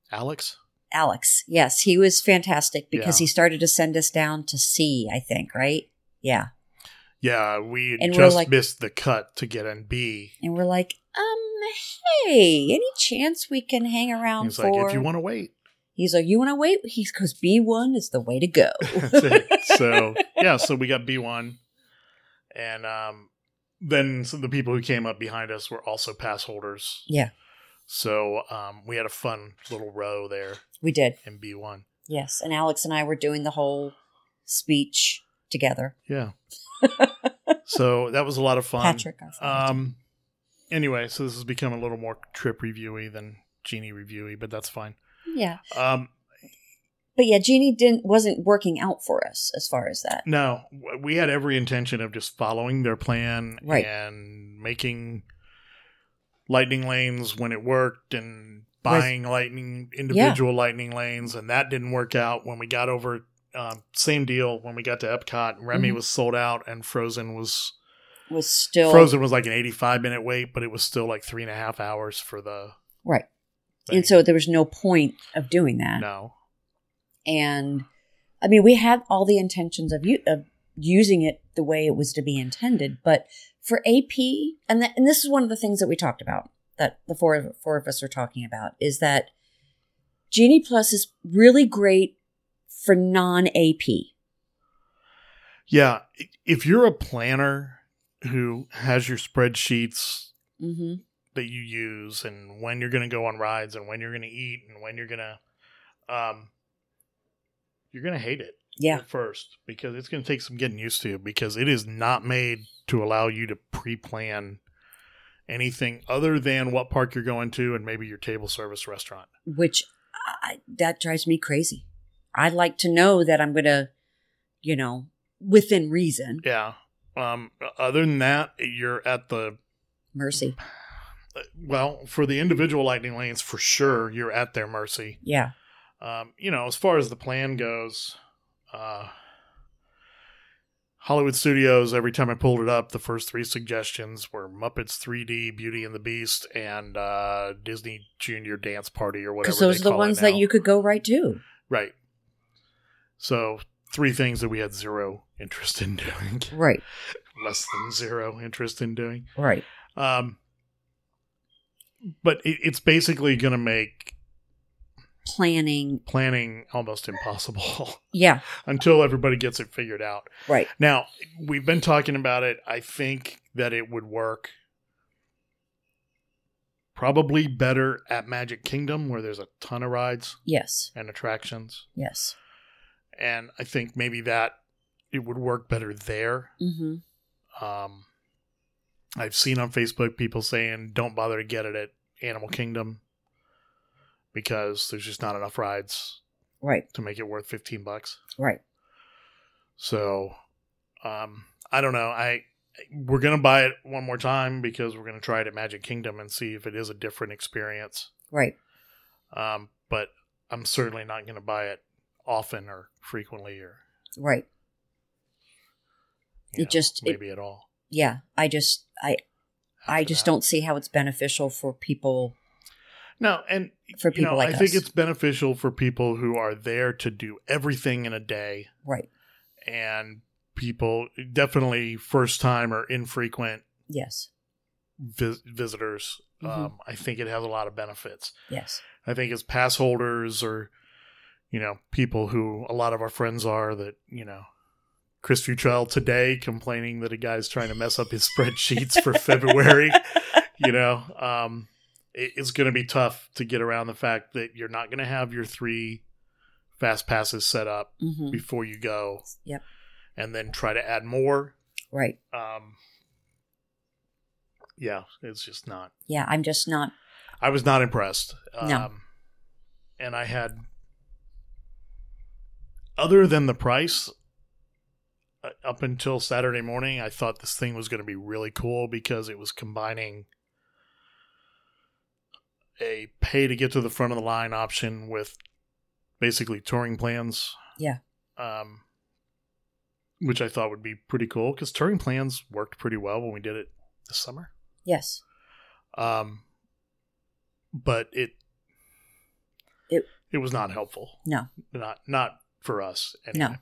Speaker 2: Alex.
Speaker 1: Alex. Yes, he was fantastic because
Speaker 2: Yeah.
Speaker 1: he started to send us down to sea, I think, right? Yeah.
Speaker 2: Yeah, we
Speaker 1: And we're
Speaker 2: just
Speaker 1: like-
Speaker 2: missed the cut to get in B.
Speaker 1: And we're like, um, hey, any chance we can hang around
Speaker 2: He's
Speaker 1: for
Speaker 2: like, if you want to wait,
Speaker 1: He's like, You wanna wait? He's cause B one is the way to go.
Speaker 2: That's it. So yeah, so we got B one, and um, then some of the people who came up behind us were also pass holders.
Speaker 1: Yeah.
Speaker 2: So um, we had a fun little row there
Speaker 1: We did.
Speaker 2: in B one.
Speaker 1: Yes. And Alex and I were doing the whole speech together.
Speaker 2: Yeah. so that was a lot of fun.
Speaker 1: Patrick, our friend.
Speaker 2: Um. Anyway, so this has become a little more trip reviewy than genie reviewy, but that's fine.
Speaker 1: yeah.
Speaker 2: Um.
Speaker 1: But yeah, Jeannie didn't wasn't working out for us as far as that.
Speaker 2: No, w- we had every intention of just following their plan
Speaker 1: Right.
Speaker 2: and making lightning lanes when it worked and buying lightning individual lightning lanes and that didn't work out when we got over um, same deal when we got to Epcot Remy
Speaker 1: Mhm.
Speaker 2: was sold out and Frozen was
Speaker 1: Was still
Speaker 2: Frozen was like an 85 minute wait but it was still like three and a half hours for the
Speaker 1: right,
Speaker 2: thing.
Speaker 1: and so there was no point of doing that.
Speaker 2: no
Speaker 1: And I mean, we had all the intentions of you of using it the way it was to be intended, but for AP, and that, and this is one of the things that we talked about that the four of, four of us are talking about is that Genie Plus is really great for non AP.
Speaker 2: yeah i- if you're a planner who has your spreadsheets
Speaker 1: Mm-hmm.
Speaker 2: that you use and when you're going to go on rides and when you're going to eat and when you're going to um you're going to hate it
Speaker 1: Yeah,
Speaker 2: at first because it's going to take some getting used to because it is not made to allow you to pre-plan anything other than what park you're going to and maybe your table service restaurant.
Speaker 1: which I, that drives me crazy. I like to know that I'm gonna, you know, within reason.
Speaker 2: Yeah. Um other than that, you're at the uh,
Speaker 1: Mercy,
Speaker 2: well, for the individual lightning lanes for sure, you're at their mercy.
Speaker 1: yeah,
Speaker 2: um, you know, as far as the plan goes, uh, Hollywood Studios, every time I pulled it up, the first three suggestions were Muppets 3D, Beauty and the Beast, and uh, Disney Junior Dance Party or whatever.
Speaker 1: because those
Speaker 2: they
Speaker 1: are the
Speaker 2: call it
Speaker 1: ones that
Speaker 2: now.
Speaker 1: you could go right to.
Speaker 2: Right. So, three things that we had zero interest in doing,
Speaker 1: Right,
Speaker 2: less than zero interest in doing.
Speaker 1: right,
Speaker 2: Um, but it, it's basically going to make
Speaker 1: planning.
Speaker 2: planning almost impossible.
Speaker 1: Yeah,
Speaker 2: until everybody gets it figured out.
Speaker 1: right.
Speaker 2: Now, we've been talking about it. I think that it would work probably better at Magic Kingdom where there's a ton of rides
Speaker 1: Yes,
Speaker 2: and attractions.
Speaker 1: yes.
Speaker 2: And I think maybe that it would work better there.
Speaker 1: Mm-hmm.
Speaker 2: Um, I've seen on Facebook people saying don't bother to get it at Animal Kingdom because there's just not enough rides
Speaker 1: Right,
Speaker 2: to make it worth 15 bucks.
Speaker 1: right.
Speaker 2: So, um, I don't know. I we're gonna buy it one more time because we're gonna try it at Magic Kingdom and see if it is a different experience.
Speaker 1: Right.
Speaker 2: Um, but I'm certainly not gonna buy it often or frequently or
Speaker 1: Right.
Speaker 2: you
Speaker 1: It just- it-
Speaker 2: maybe at all.
Speaker 1: Yeah. I just I I
Speaker 2: after
Speaker 1: just
Speaker 2: that.
Speaker 1: don't see how it's beneficial for people.
Speaker 2: No, and
Speaker 1: for
Speaker 2: you
Speaker 1: people
Speaker 2: know,
Speaker 1: like
Speaker 2: I think
Speaker 1: us.
Speaker 2: it's beneficial for people who are there to do everything in a day
Speaker 1: Right.
Speaker 2: and people definitely first time or infrequent
Speaker 1: Yes.
Speaker 2: vis- visitors.
Speaker 1: Mhm.
Speaker 2: Um, I think it has a lot of benefits.
Speaker 1: Yes.
Speaker 2: I think as pass holders or you know people who a lot of our friends are that you know Chris Futrell today complaining that a guy's trying to mess up his spreadsheets for February.
Speaker 1: Mm-hmm.
Speaker 2: You know, um, it, it's going to be tough to get around the fact that you're not going to have your three fast passes set up
Speaker 1: Mm-hmm.
Speaker 2: before you go,
Speaker 1: Yep.
Speaker 2: and then try to add more.
Speaker 1: Right.
Speaker 2: Um, yeah, it's just not.
Speaker 1: Yeah. I'm just not.
Speaker 2: I was not impressed. Um,
Speaker 1: No.
Speaker 2: And I had, other than the price, uh, up until Saturday morning, I thought this thing was going to be really cool because it was combining a pay to get to the front of the line option with basically touring plans.
Speaker 1: Yeah.
Speaker 2: Um, which I thought would be pretty cool because touring plans worked pretty well when we did it this summer
Speaker 1: Yes.
Speaker 2: um, but it
Speaker 1: It-
Speaker 2: it was not helpful.
Speaker 1: No.
Speaker 2: not not for us. Anyway.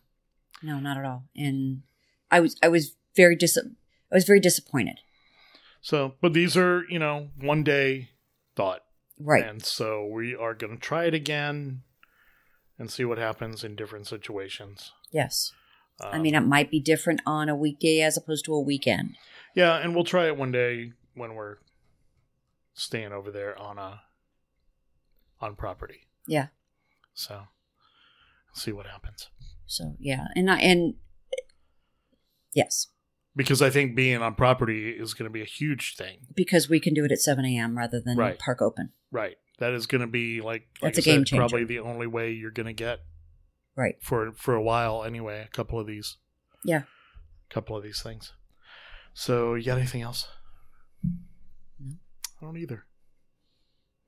Speaker 1: No, not at all. And I was I was very dis I was very disappointed.
Speaker 2: So, but these are you know one day thought,
Speaker 1: Right.
Speaker 2: and so we are going to try it again and see what happens in different situations.
Speaker 1: Yes.
Speaker 2: Um,
Speaker 1: I mean, it might be different on a weekday as opposed to a weekend.
Speaker 2: yeah, and we'll try it one day when we're staying over there on a on property.
Speaker 1: Yeah.
Speaker 2: So, see what happens.
Speaker 1: So yeah, and I and yes,
Speaker 2: because I think being on property is going to be a huge thing.
Speaker 1: because we can do it at seven a.m. rather than
Speaker 2: Right.
Speaker 1: park open.
Speaker 2: Right. That is going to be like, like
Speaker 1: That's
Speaker 2: I
Speaker 1: a game changer.
Speaker 2: probably the only way you're going to get
Speaker 1: Right.
Speaker 2: for for a while anyway. A couple of these,
Speaker 1: Yeah.
Speaker 2: couple of these things. So you got anything else?
Speaker 1: No.
Speaker 2: I don't either.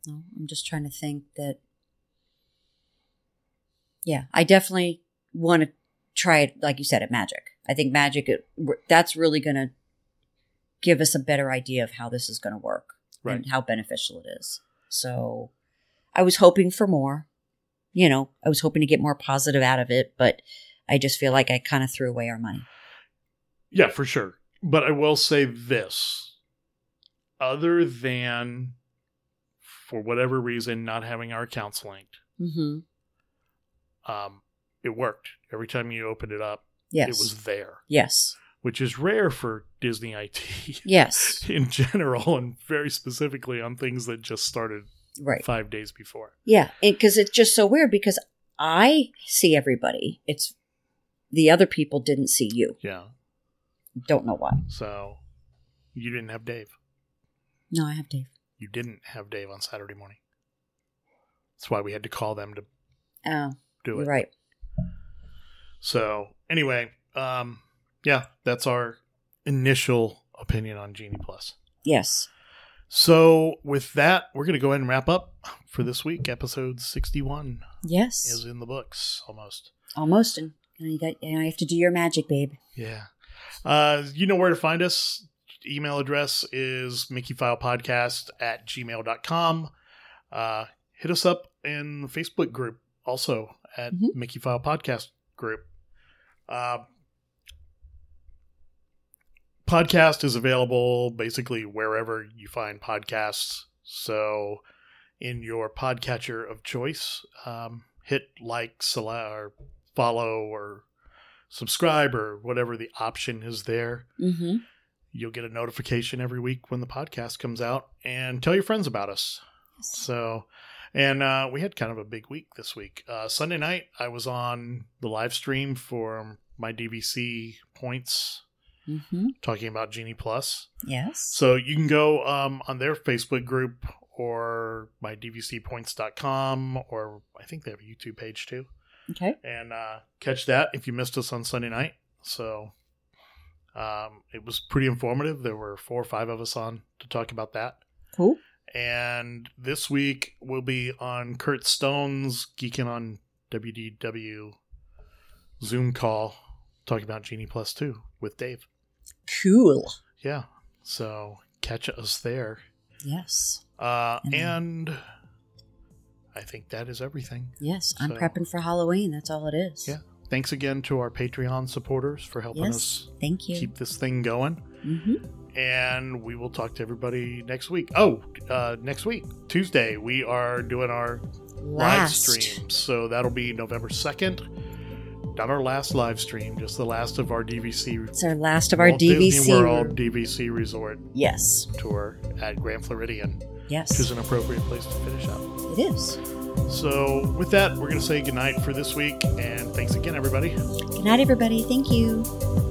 Speaker 1: No, I'm just trying to think that. Yeah, I definitely want to try it, like you said, at Magic. I think Magic it, that's really going to give us a better idea of how this is going to work
Speaker 2: Right.
Speaker 1: and how beneficial it is. So, I was hoping for more. You know, I was hoping to get more positive out of it, but I just feel like I kind of threw away our money.
Speaker 2: Yeah, for sure. But I will say this: other than for whatever reason not having our accounts linked,
Speaker 1: Mm-hmm.
Speaker 2: um, it worked every time you opened it up.
Speaker 1: Yes.
Speaker 2: It was there.
Speaker 1: yes.
Speaker 2: which is rare for Disney IT
Speaker 1: Yes.
Speaker 2: in general, and very specifically on things that just started
Speaker 1: Right.
Speaker 2: five days before.
Speaker 1: Yeah, because it's just so weird because I see everybody. It's the other people didn't see you.
Speaker 2: Yeah.
Speaker 1: Don't know why.
Speaker 2: So you didn't have Dave.
Speaker 1: No, I have Dave.
Speaker 2: You didn't have Dave on Saturday morning. That's why we had to call them to
Speaker 1: Oh,
Speaker 2: do
Speaker 1: you're
Speaker 2: it.
Speaker 1: right.
Speaker 2: So anyway, um, yeah, that's our initial opinion on Genie Plus.
Speaker 1: Yes.
Speaker 2: So with that, we're gonna go ahead and wrap up for this week. Episode sixty-one
Speaker 1: Yes.
Speaker 2: is in the books almost.
Speaker 1: Almost. And and you got. And I have to do your magic, babe.
Speaker 2: Yeah. Uh, you know where to find us. Email address is mickeyfilepodcast at gmail.com. Uh, hit us up in the Facebook group also at
Speaker 1: Mhm.
Speaker 2: Mickey File Podcast group. Uh, podcast is available basically wherever you find podcasts. So in your podcatcher of choice, um, hit like, sele- or follow, or subscribe or whatever the option is there.
Speaker 1: Mm-hmm.
Speaker 2: You'll get a notification every week when the podcast comes out and tell your friends about us. So, and uh, we had kind of a big week this week. Uh, Sunday night, I was on the live stream for my DVC points
Speaker 1: Mm-hmm.
Speaker 2: talking about Genie Plus.
Speaker 1: Yes.
Speaker 2: So you can go um, on their Facebook group or my DVCpoints.com, or I think they have a YouTube page too
Speaker 1: Okay.
Speaker 2: and uh, catch that if you missed us on Sunday night. So um, it was pretty informative. There were four or five of us on to talk about that.
Speaker 1: Cool.
Speaker 2: And this week we'll be on Kurt Stone's Geeking on WDW Zoom call talking about Genie Plus 2 with Dave.
Speaker 1: Cool.
Speaker 2: Yeah. So catch us there.
Speaker 1: Yes.
Speaker 2: Uh,
Speaker 1: Mhm.
Speaker 2: And I think that is everything.
Speaker 1: Yes. I'm
Speaker 2: So-
Speaker 1: prepping for Halloween. That's all it is.
Speaker 2: Yeah. Thanks again to our Patreon supporters for helping
Speaker 1: Yes.
Speaker 2: us
Speaker 1: Thank you.
Speaker 2: keep this thing going.
Speaker 1: mm-hmm.
Speaker 2: And we will talk to everybody next week. Oh, uh, next week, Tuesday, we are doing our
Speaker 1: Last.
Speaker 2: live stream. So that'll be November 2nd. Not our last live stream, just the last of our DVC.
Speaker 1: It's our last of our
Speaker 2: Walt
Speaker 1: DVC.
Speaker 2: Disney World DVC Resort
Speaker 1: Yes.
Speaker 2: tour at Grand Floridian, which is
Speaker 1: Yes.
Speaker 2: an appropriate place to finish up.
Speaker 1: It is.
Speaker 2: So, with that, we're going to say goodnight for this week. And thanks again, everybody.
Speaker 1: Good night, everybody. Thank you.